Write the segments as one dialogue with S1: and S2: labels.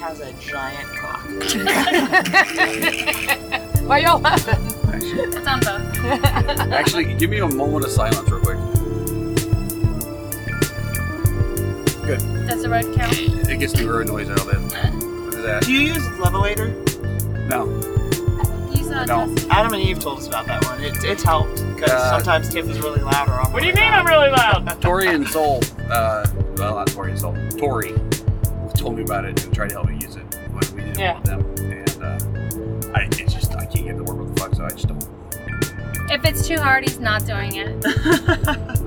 S1: has a giant cock.
S2: Why y'all laughing?
S3: Actually,
S4: It's on both.
S3: actually, give me a moment of silence, real quick.
S4: Does the road count?
S3: It gets newer noise out of it. What is that?
S1: Do you use Levelator?
S3: No.
S4: Use that.
S3: No.
S1: Adam and Eve told us about that one. It, it's helped because
S3: Uh,
S1: sometimes Tiff is really loud or off.
S5: What do you mean I'm really loud?
S3: Tori and Soul, uh, well, not Tori and Soul, Tori told me about it and tried to help me use it when we did
S5: Yeah.
S3: it with them. And uh, I, it's just, I can't get the word what the fuck, so I just don't.
S4: If it's too hard, he's not doing it.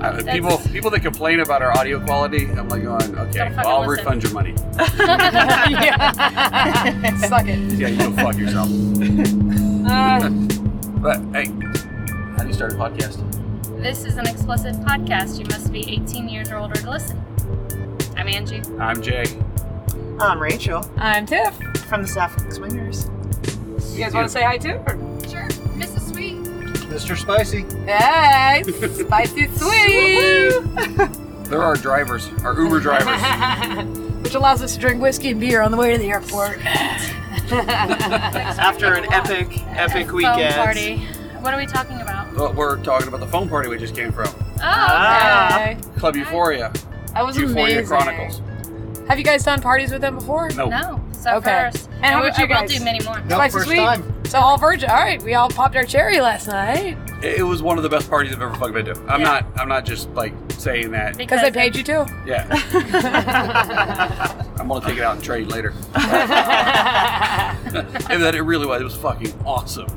S3: I, people people that complain about our audio quality, I'm like going, okay,
S4: Don't fucking
S3: well, I'll
S4: listen.
S3: refund your money.
S2: yeah. Suck it.
S3: Yeah, you go fuck yourself.
S2: Uh,
S3: But hey, how do you start a podcast?
S4: This is an explicit podcast. You must be 18 years or older to listen. I'm Angie.
S3: I'm Jay.
S1: I'm Rachel
S2: I'm Tiff.
S1: from the Sapphic Swingers.
S2: You guys want to say hi too? or-
S4: Sure. Mrs. Sweet.
S6: Mr. Spicy.
S2: Hey, spicy sweet.
S3: They're our drivers, our Uber drivers.
S2: Which allows us to drink whiskey and beer on the way to the airport.
S1: After an epic, epic weekend.
S4: party. What are we talking about?
S3: Well, we're talking about the phone party we just came from.
S4: Oh,
S1: Ah.
S2: Hey,
S3: Club Euphoria.
S2: that was
S3: Euphoria
S2: amazing.
S3: Chronicles.
S2: Have you guys done parties with them before?
S3: No.
S4: No. So
S2: Okay.
S4: first.
S2: And how
S4: we-
S2: about you
S4: I will
S2: guys?
S4: do many more.
S6: No,
S2: Spicy
S6: first
S2: sweet.
S6: time.
S2: So all virgin. All right, we all popped our cherry last night
S3: It it was one of the best parties I've ever fucking been to. I'm
S4: Yeah.
S3: not I'm not just like saying that.
S2: because they paid you too.
S3: Yeah. I'm gonna take it out and trade later. and that it really was. It was fucking awesome.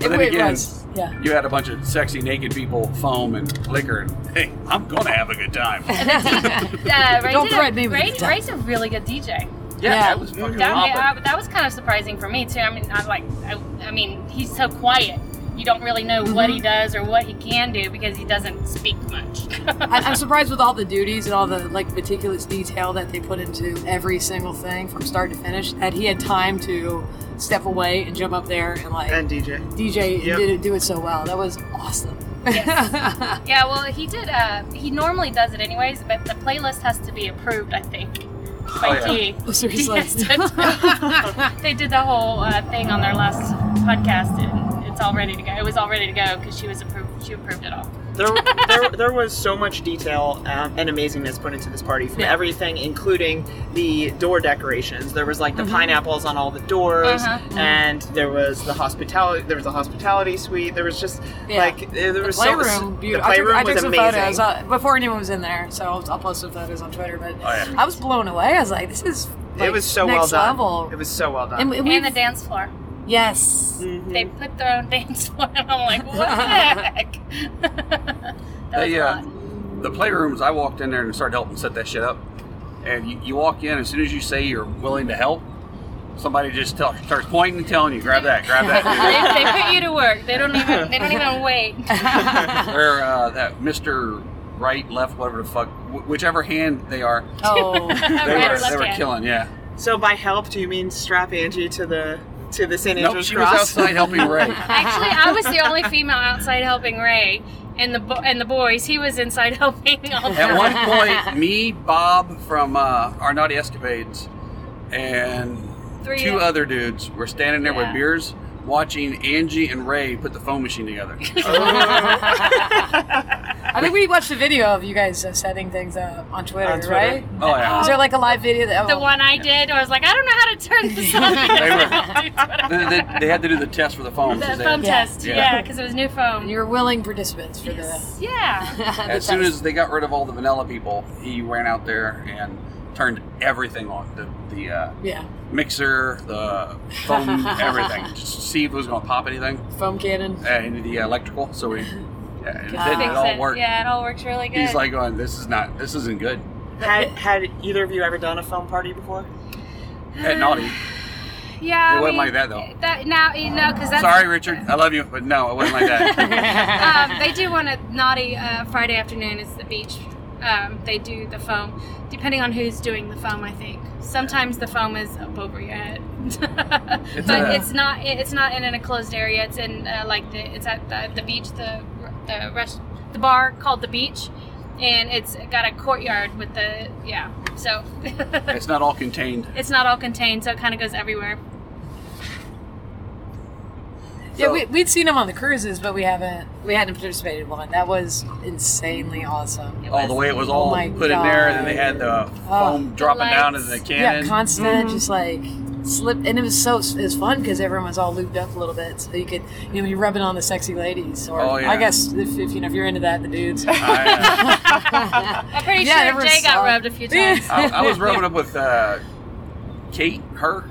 S3: But then
S2: it
S3: again,
S2: was. Yeah.
S3: you had a bunch of sexy naked people, foam and liquor, and hey, I'm gonna have a good time. yeah,
S4: Uh, Ray
S2: Don't
S4: did
S2: threaten
S4: a,
S2: me with
S4: Ray,
S2: that.
S4: Ray's a really good DJ.
S2: Yeah.
S3: that was fucking
S4: That,
S3: awesome.
S4: I- that was kind of surprising for me too. I mean, I like, I, I mean, he's so quiet. You don't really know what
S2: Mm-hmm.
S4: he does or what he can do because he doesn't speak much.
S2: I, I'm surprised with all the duties and all the like meticulous detail that they put into every single thing from start to finish. That he had time to step away and jump up there and like
S1: And DJ.
S2: DJ
S1: Yep.
S2: did it, do it so well. That was awesome.
S4: yeah, well, he did. Uh, he normally does it anyways, but the playlist has to be approved, I think, by
S3: yeah.
S4: T.
S2: Oh,
S4: He
S2: seriously.
S4: has to- they did the whole uh, thing on their last podcast, and it's all ready to go. It was all ready to go because she was approved. She approved it all.
S1: There, there, there was so much detail um, and amazingness put into this party from everything, including the door decorations. There was like
S2: Mm-hmm.
S1: the pineapples on all the doors,
S4: Uh-huh.
S1: and there was the hospitality. There was the hospitality suite. There was just
S2: Yeah.
S1: like eh, there
S2: The
S1: was so
S2: playroom,
S1: the
S2: beautiful. I took,
S1: playroom
S2: I took
S1: was
S2: some
S1: amazing.
S2: photos uh, before anyone was in there, so I'll, I'll post some photos on Twitter. But
S3: yeah.
S2: I was blown away. I was like, "This is like,
S1: Oh, it was so
S2: next
S1: well done.
S2: level."
S1: It was so well done.
S2: and, we
S4: and the dance floor.
S2: yes,
S3: Mm-hmm.
S4: They put their own dance floor, and I'm like, what the heck? that was
S3: They,
S4: a
S3: uh,
S4: lot.
S3: the playrooms, I walked in there and started helping set that shit up. And you, you walk in, as soon as you say you're willing to help, somebody just tell, starts pointing and telling you, grab that, grab that.
S4: they, they put you to work. They don't even. They don't even wait.
S3: Where uh, that Mr. Right, left, whatever the fuck, wh- whichever hand they are,
S2: oh,
S3: they,
S4: Right or
S3: were, they
S4: left
S3: were
S4: hand.
S3: killing, yeah.
S1: So by help, do you mean strap Angie to the to the St.
S3: Nope,
S1: Andrew's
S3: she was
S1: cross?
S3: outside helping Ray.
S4: Actually, I was the only female outside helping Ray, and the bo- and the boys. He was inside helping. All
S3: At one point, me, Bob from uh, our Naughty Escapades, and
S4: Three
S3: two
S4: of-
S3: other dudes were standing there
S4: Yeah.
S3: with beers watching Angie and Ray put the phone machine together.
S2: I think we watched a video of you guys uh, setting things up on Twitter,
S1: On Twitter.
S2: right?
S3: Oh, yeah.
S2: Is there like a live video? That,
S4: the
S2: oh,
S4: one I did, I was like, I don't know how to turn this on.
S3: they, they, they had to do the test for the phone.
S4: the
S3: so they-
S4: phone
S2: Yeah.
S4: test,
S3: Yeah.
S4: yeah, because it was new
S2: and
S4: phone.
S2: you were willing participants for
S4: Yeah,
S2: the.
S3: as soon as they got rid of all the vanilla people, he ran out there and turned everything on the, the uh,
S2: yeah,
S3: mixer, the phone, everything, just to see if it was going to pop anything,
S2: foam cannon.
S3: and the electrical. So we, yeah, and it
S2: God.
S3: didn't. It
S4: Fix
S3: all worked.
S4: Yeah, it all works really good.
S3: He's like, going, this is not, this isn't good.
S1: had had either of you ever done a film party before?
S3: At naughty,
S4: yeah,
S3: it
S4: I
S3: wasn't
S4: mean,
S3: like that, though.
S4: That now you know because that's
S3: Sorry, Richard, I love you, but no, it wasn't like that.
S4: um, they do want a naughty uh, Friday afternoon. It's the beach. Um, they do the foam, depending on who's doing the foam. I think sometimes the foam is up over your head, but
S3: a-
S4: it's not. it- It's not in, in a closed area. It's in uh, like the. It's at the, the beach. The the rest the bar called the beach, and it's got a courtyard with the yeah. So
S3: It's not all contained.
S4: it's not all contained, so it kind of goes everywhere.
S2: Yeah,
S3: So-
S2: we, we'd seen them on the cruises, but we haven't we hadn't participated in one. That was insanely awesome.
S4: It
S3: all
S4: was-
S3: the way it was
S2: Oh
S3: all
S2: my
S3: put in there, and then
S2: God.
S3: they had the
S2: Oh.
S3: foam
S4: The
S3: dropping down
S4: lights.
S3: into the
S2: Yeah,
S3: cannon. Mm-hmm.
S2: constant, just like slip, and it was so it was fun because everyone was all looped up a little bit, so you could you know you're rubbing on the sexy ladies, or
S3: Oh, yeah.
S2: I guess if, if you know if you're into that, the dudes.
S3: I, uh,
S4: I'm pretty
S2: Yeah,
S4: sure
S2: everyone
S4: Jay got
S2: saw it.
S4: rubbed a few times.
S3: I, I was rubbing up with uh, Kate, her,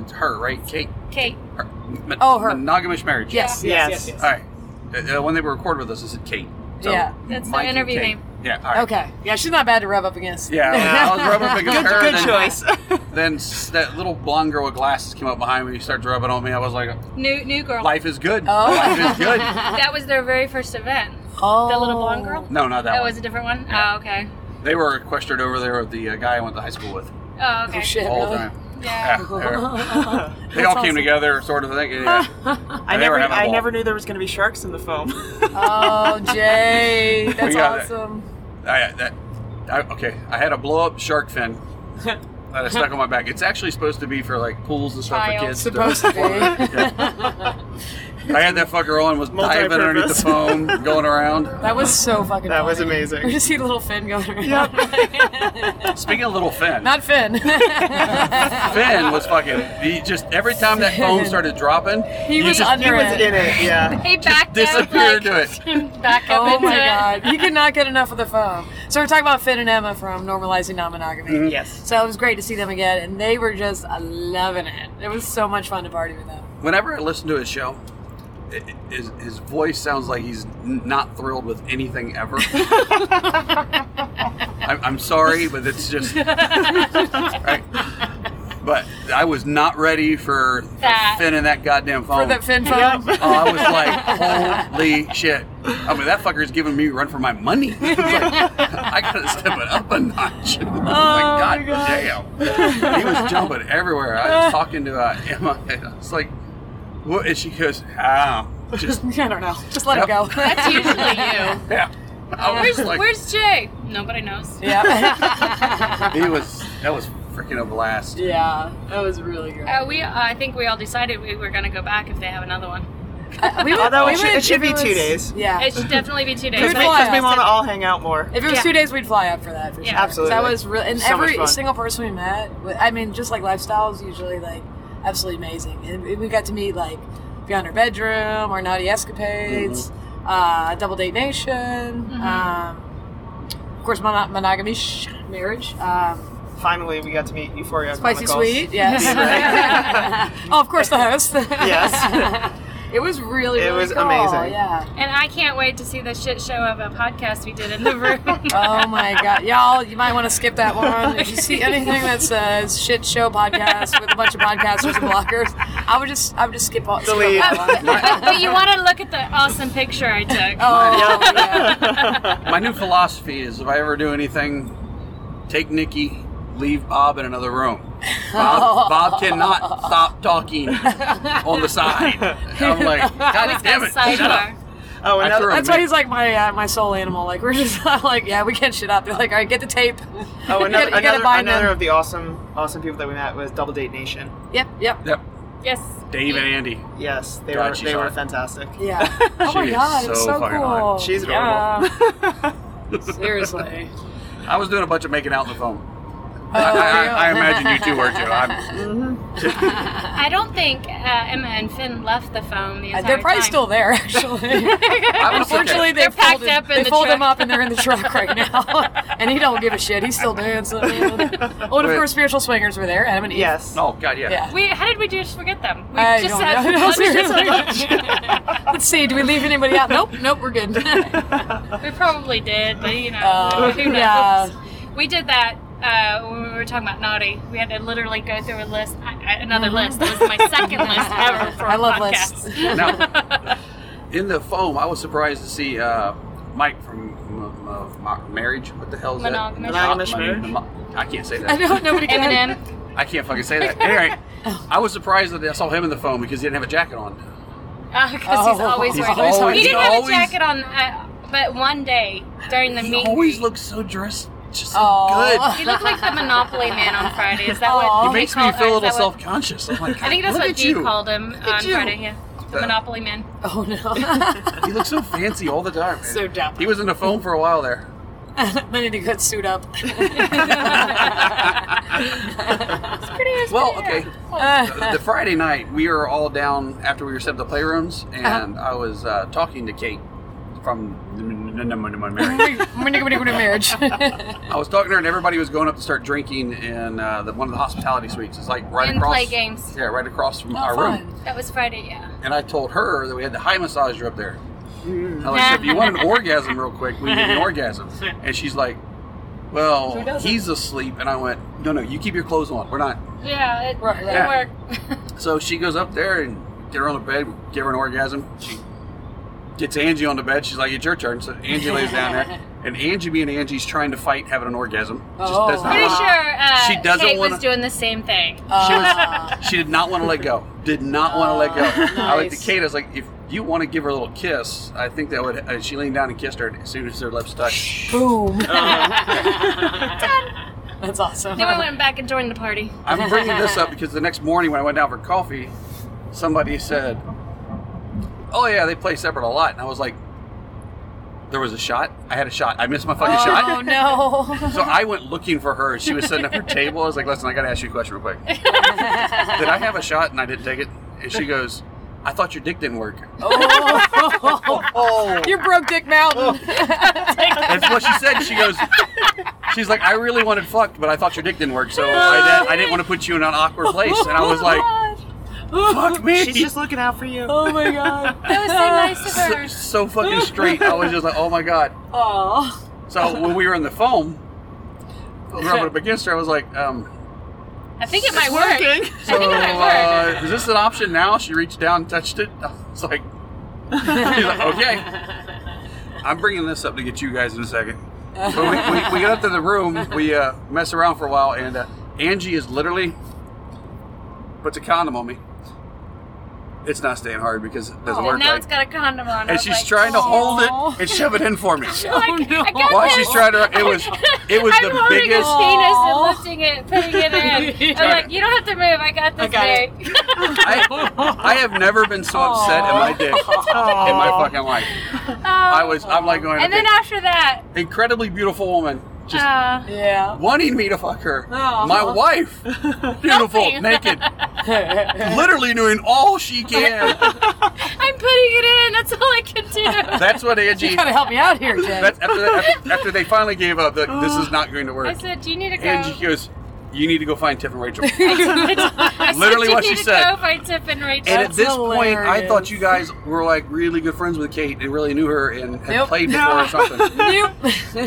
S3: it's her, right? Kate,
S4: Kate,
S3: her, mon-
S2: Oh, her.
S3: monogamous marriage.
S2: yes, yes,
S1: Yes.
S2: yes, yes,
S3: All right. Uh, uh, when they were recorded with us, it said Kate.
S2: Yeah.
S4: That's the
S3: Mike and
S4: interview
S3: Kate.
S4: name.
S3: Yeah. All right.
S2: Okay, yeah, she's not bad to rub up against.
S3: Yeah, I was rubbing up against her.
S1: Good
S3: then,
S1: choice.
S3: Then s- that little blonde girl with glasses came up behind me and started rubbing on me. I was like,
S4: new new girl.
S3: "Life is good.
S2: Oh.
S3: Life is good."
S4: That was their very first event.
S2: Oh,
S4: The little blonde girl.
S3: No, not that,
S4: That
S3: one.
S4: was a different one.
S3: Yeah.
S4: Oh, okay.
S3: They were sequestered over there with the uh, guy I went to high school with
S4: Oh, okay.
S2: Oh shit,
S3: all the
S2: really?
S3: time.
S4: Yeah.
S3: Yeah, yeah.
S1: I
S3: they all
S2: That's
S3: came
S2: awesome.
S3: together, sort of thing. Yeah. They were
S1: never,
S3: having a
S1: I
S3: ball.
S1: never knew there was going to be sharks in the foam.
S2: Oh, Jay, that's
S3: got it.
S2: awesome.
S3: I, that, I, okay, I had a blow up shark fin that I stuck on my back. It's actually supposed to be for like pools and stuff
S4: Child.
S3: for kids.
S2: Supposed to be.
S3: I had that fucker on, was diving underneath the
S1: Multi-purpose.
S3: foam, going around.
S2: That was so fucking.
S1: That was
S2: funny.
S1: amazing.
S2: We just see little Finn going around.
S3: Speaking of little Finn,
S2: Not Finn.
S3: Finn was fucking. He just every time that foam started dropping,
S2: he was
S3: just
S1: he
S2: under
S1: was
S2: it.
S1: in it, yeah.
S4: He backed
S3: disappeared
S4: up, like, it. back up
S2: Oh
S4: into
S2: my
S4: it.
S2: god, you cannot get enough of the phone. So we're talking about Finn and Emma from Normalizing Non-Monogamy.
S1: Yes.
S2: So it was great to see them again, and they were just loving it. It was so much fun to party with them.
S3: whenever I listen to his show, i- i- his, his voice sounds like he's n- not thrilled with anything ever. I'm, I'm sorry, but it's just. right. But I was not ready for, for
S4: That.
S3: Finn and that goddamn
S2: For
S3: phone.
S2: that Finn phone.
S1: Yep.
S3: Oh, I was like, holy shit. I mean, that fucker's giving me a run for my money. It's like, I gotta step it up a notch. Oh,
S2: my
S3: God,
S2: God.
S3: damn. He was jumping everywhere. I was talking to uh, Emma, and I was like, what? And she goes, ah, just,
S2: I don't know. Just let it
S3: Yep.
S2: go.
S4: That's usually you.
S3: yeah. I was
S4: where's,
S3: like,
S4: where's Jay? Nobody knows.
S2: yeah.
S3: he was, that was freaking a blast.
S2: yeah. That was really good.
S4: Uh, we, uh, I think we all decided we were gonna go back if they have another one.
S2: we would-
S1: Although it
S2: we
S1: should-
S2: would-
S1: it
S2: if
S1: should be two
S2: was-
S1: days.
S2: Yeah.
S4: It should definitely be two days.
S2: Because
S1: Because
S2: we-
S1: we,
S2: Fly 'cause we us.
S1: want
S2: wanna
S1: to all hang out more.
S2: If it was
S4: Yeah.
S2: two days, we'd fly up for that. For sure.
S4: Yeah.
S1: Absolutely.
S2: That was really, and
S1: So much
S2: every
S1: fun.
S2: single person we met, wa- I mean, just like lifestyles, usually like absolutely amazing. And we- we got to meet like Beyond Her Bedroom, Our Naughty Escapades,
S1: Mm-hmm.
S2: uh, Double Date Nation,
S4: Mm-hmm.
S2: um, of course, mono- monogamy sh- marriage. Um,
S1: Finally, we got to meet Euphoria.
S2: Spicy
S1: Chronicles.
S2: Sweet, yes.
S1: Right.
S2: oh, of course, the host.
S1: Yes.
S2: it was really,
S1: It
S2: really
S1: was
S2: cool,
S1: amazing.
S2: Yeah.
S4: And I can't wait to see the shit show of a podcast we did in the room.
S2: Oh my god, y'all! You might want to skip that one. If you see anything that says "shit show podcast" with a bunch of podcasters and blockers, I would just, I would just skip all. skip
S1: Delete.
S2: that one.
S4: but, but you want to look at the awesome picture I took.
S2: Oh yeah.
S3: My new philosophy is if I ever do anything, take Nikki, leave Bob in another room. Bob, Bob cannot stop talking on the side. I'm like, God damn it,
S4: Sidebar.
S3: shut up.
S1: Oh,
S3: I
S1: another,
S3: threw
S2: That's why he's like my uh, my soul animal. Like we're just like, yeah, we can't shit up. They're like, all right, get the tape.
S1: oh,
S2: You gotta-
S1: another,
S2: you gotta
S1: another,
S2: bind them.
S1: another of the awesome, awesome people that we met was Double Date Nation.
S2: Yep, yep.
S3: Yep,
S4: Yes.
S3: Dave and Andy.
S1: Yes, they
S3: God,
S1: were
S3: she's
S1: they were
S3: hot.
S1: fantastic.
S2: Yeah. Oh
S3: She
S2: my
S3: is
S2: god, it's
S3: so
S2: so
S3: fucking hot.
S2: cool.
S1: She's adorable.
S2: Yeah. Seriously. Oh,
S3: I was doing a bunch of making out on the phone. I, I, I imagine you two were too. I'm,
S4: I don't think uh, Emma and Finn left the phone the
S2: Uh,
S4: entire
S2: They're probably
S4: time.
S2: still there, actually.
S3: I was
S2: Unfortunately, they
S3: okay.
S4: They're packed
S2: folded,
S4: up in
S2: they
S4: the
S2: fold them
S4: truck.
S2: up and they're in the truck right now. and he don't give a shit. He's still dancing. Oh, and of
S3: Wait.
S2: course, spiritual swingers were there. Adam and Eve.
S1: Yes.
S3: Oh God, yeah.
S2: Yeah.
S4: We, how did we just forget them? We
S2: I
S4: just
S2: don't
S4: had
S2: know. No,
S4: we just had
S2: seriously. Let's see. Do we leave anybody out? Nope. Nope. We're good.
S4: lunch. We probably did, but you know,
S2: Oh,
S4: who knows?
S2: yeah.
S4: We did that uh, when we were talking about naughty. We had to literally go through a list, I- I- another list. It was my second list ever
S2: Mm-hmm.
S4: for
S2: I
S4: a
S2: love
S4: podcast.
S2: lists.
S3: Now, in the foam, I was surprised to see uh, Mike from m- m- Mo- Marriage. What the hell is
S4: Monogamous.
S3: that?
S1: Monogamous
S3: Mo-
S1: Marriage.
S3: mo- I can't say that.
S2: I don't. Nobody can.
S4: Eminem.
S3: I can't fucking say that. Anyway, I was surprised that I saw him in the phone because he didn't have a jacket on.
S4: Because he's
S2: Oh.
S4: always
S2: He's
S4: wearing.
S2: always-
S4: he
S2: he's
S4: didn't have
S3: always-
S4: a jacket on, uh, but one day during the
S3: He
S4: meet.
S3: always looks so dressed just
S2: Aw.
S3: so
S4: You look like the Monopoly man on Friday. Is that
S2: Aw.
S4: what
S3: good.
S2: He
S3: It
S4: they
S3: makes
S4: call-
S3: me feel a
S4: or is
S3: little
S4: that what-
S3: self-conscious. I'm like,
S4: I think that's
S3: look
S4: what
S3: at
S4: D
S3: you.
S4: called him
S3: at
S4: on
S3: you.
S4: Friday. Yeah, the
S3: Uh,
S4: Monopoly man.
S2: Oh no.
S3: You look so fancy all the time. Man.
S2: so dumb.
S3: he was in the phone for a while there.
S2: I need to get suit up.
S4: Pretty much
S3: Well,
S4: what it
S3: okay.
S4: is.
S1: Uh,
S3: The the Friday night, we were all down after we were set up the playrooms,
S2: Uh-huh.
S3: and I was uh, talking to Kate from Married.
S2: marriage.
S3: I was talking to her, and everybody was going up to start drinking in uh, the, one of the hospitality suites. It's like right
S4: And
S3: across.
S4: play games.
S3: Yeah, right across
S2: Oh,
S3: from our room.
S4: That was Friday. Yeah.
S3: And I told her that we had the high massager up there.
S2: Mm.
S3: And I like, so if you want an orgasm real quick, we need an orgasm. And she's like,
S2: Who
S3: well,
S2: doesn't?
S3: he's asleep. And I went, no, no, you keep your clothes on. We're not.
S4: Yeah, it,
S2: Right,
S4: it
S2: right.
S4: worked.
S3: So she goes up there and get her on the bed, we give her an orgasm. She gets Angie on the bed. She's like, it's your turn. So Angie lays down there. And Angie, being Angie's trying to fight having an orgasm. Just-
S2: Oh.
S3: that's not
S4: Pretty
S3: what-
S4: sure uh,
S3: She doesn't
S4: Kate
S3: wanna-
S4: was doing the same thing.
S2: Uh,
S3: She did not want to let go. Did not want to let go.
S2: Oh,
S3: I like to
S2: nice.
S3: Kate. I was like, if you want to give her a little kiss, I think that would. Uh, she leaned down and kissed her as soon as their lips touched.
S2: boom.
S1: Uh,
S2: That's awesome.
S4: then we went back and joined the party.
S3: I'm bringing this up because the next morning when I went down for coffee, somebody said, "Oh yeah, they play separate a lot," and I was like, "There was a shot. I had a shot. I missed my fucking
S2: oh
S3: shot."
S2: no.
S3: So I went looking for her. She was sitting at her table. I was like, "Listen, I got to ask you a question real quick. Did I have a shot and I didn't take it?" And she goes, "I thought your dick didn't work."
S2: Oh,
S3: Oh.
S2: you broke Dick
S4: Oh.
S2: Mountain.
S3: That's what she said. She goes, she's like, I really wanted fucked, but I thought your dick didn't work, so I, did, I didn't want to put you in an awkward place. And I was like, fuck me.
S1: She's just looking out for you.
S2: Oh my god.
S4: That was so nice of
S3: so,
S4: her.
S3: so fucking straight. I was just like, oh my god.
S2: Oh.
S3: So when we were in the foam, rubbing up against her, I was like, um,
S4: I think it might work.
S3: so
S4: I think it might work.
S3: uh, is this an option now? She reached down and touched it. I was like, she's like, okay. I'm bringing this up to get you guys in a second. But we, we, we get up to the room, we uh, mess around for a while, and uh, Angie is literally puts a condom on me. It's not staying hard because it doesn't
S2: Oh,
S3: work.
S4: now
S3: right.
S4: it's got a condom on. I
S3: and
S4: was
S3: she's
S4: like,
S3: trying to
S2: "Aw."
S3: hold it and shove it in for me.
S4: Like,
S2: Oh, no.
S4: I got
S3: While
S4: this.
S3: she's trying to, it was it was
S4: I'm
S3: the
S4: holding
S3: biggest.
S4: his penis and
S2: Aw.
S4: lifting it, putting it in. I'm like, you don't have to move. I got this,
S2: I got it.
S4: babe.
S3: I, I have never been so upset at my dick in my fucking life. I was I'm like going.
S4: And
S3: to
S4: then after that,
S3: incredibly beautiful woman just
S4: uh,
S2: Yeah.
S3: wanting me to fuck her.
S2: Aw.
S3: My wife, beautiful,
S4: Nothing.
S3: naked, literally doing all she can.
S4: I'm putting it in. That's all I can do.
S3: That's what
S2: you
S3: Angie.
S2: gotta help me out here, Jay.
S3: That's after, that, after, after they finally gave up. That this is not going to
S4: I
S3: work.
S4: said, do you need to go?
S3: Angie goes, "You need to go find Tiff and Rachel."
S4: I said,
S3: literally
S4: "Do you
S3: what she
S4: need to
S3: said.
S4: Go by Tiff and Rachel.
S3: And at
S2: That's
S3: this point, I thought
S2: hilarious.
S3: you guys were like really good friends with Kate and really knew her and had
S2: Nope.
S3: played before or something.
S2: Nope.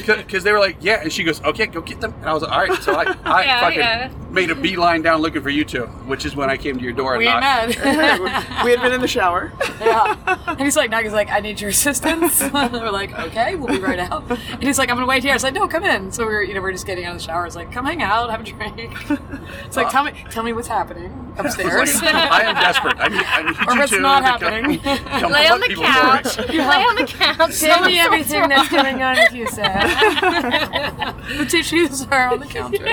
S3: Because they were like, "Yeah," and she goes, "Okay, go get them." And I was like, "All right." So I, I
S4: Yeah,
S3: fucking
S4: yeah.
S3: made a beeline down looking for you two, which is when I came to your door and
S2: we
S3: knocked.
S2: ain't
S1: Right,
S2: mad.
S1: we had been in the shower.
S2: yeah. And he's like, Naga's like, I need your assistance. we're like, okay, we'll be right out. And he's like, I'm gonna wait here. I said, no, come in. So we were, you know, we are just getting out of the shower. It's like, come hang out, have a drink. It's like, tell me, tell me what's happening
S3: I was
S2: upstairs.
S3: like, I am desperate. I need, I need
S2: Or
S3: you
S2: it's
S3: two
S2: not
S3: to
S2: happening.
S3: Come, come
S4: Lay on
S3: fuck
S4: the
S3: people
S4: couch.
S3: for me.
S4: Lay on the couch.
S2: Tell me everything that's going on with you, Sam. the tissues are on the counter.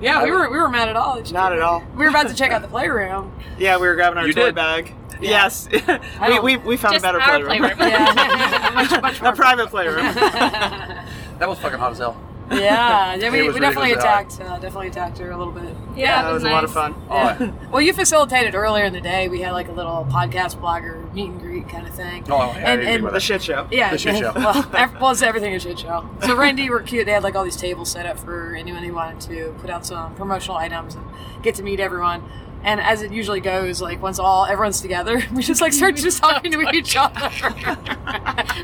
S2: yeah, we were we were mad at all. that you-
S1: Not at all.
S2: We were about to check out the playroom.
S1: Yeah, we were grabbing our
S3: You
S1: toy
S3: did.
S1: bag. Yes, we,
S2: don't-
S1: we, we found
S4: Just
S1: a better
S4: our
S1: playroom.
S4: playroom.
S2: Yeah, much, much
S1: a
S2: more.
S1: private playroom.
S3: That was fucking hot as hell.
S2: Yeah, yeah,
S3: It
S2: we,
S3: was
S2: we definitely
S3: really hot.
S2: attacked. Uh, definitely attacked her a little bit.
S4: Yeah,
S1: that
S4: it
S1: was
S4: was
S1: a lot of
S4: nice.
S1: fun.
S3: Oh,
S2: Yeah. Well, you facilitated earlier in the day. We had like a little podcast blogger meet and greet kind of thing.
S3: Oh, I didn't
S2: And-
S3: think
S2: and-
S3: about
S1: The shit show.
S2: Yeah,
S3: The shit show.
S2: well, ev- well, it's everything a shit show. So Randy were cute. They had like all these tables set up for anyone who wanted to put out some promotional items and get to meet everyone. And as it usually goes, like once all everyone's together, we just like start just talking to each other.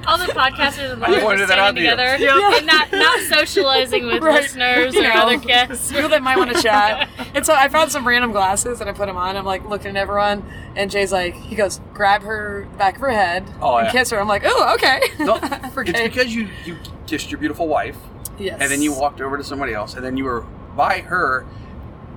S4: All the podcasters and
S3: pointed
S4: listeners
S3: that out to
S4: standing
S3: you.
S4: together
S1: Yeah.
S4: and not, not socializing with
S2: Right.
S4: listeners
S2: You
S4: or
S2: know.
S4: other guests.
S2: People that might want to chat. And so I found some random glasses and I put them on. I'm like looking at everyone, and Jay's like, he goes, grab her back of her head
S3: Oh,
S2: and
S3: yeah.
S2: kiss her. I'm like, oh, okay.
S3: No,
S2: For
S3: it's
S2: Kay.
S3: because you you kissed your beautiful wife,
S2: yes.
S3: and then you walked over to somebody else, and then you were by her,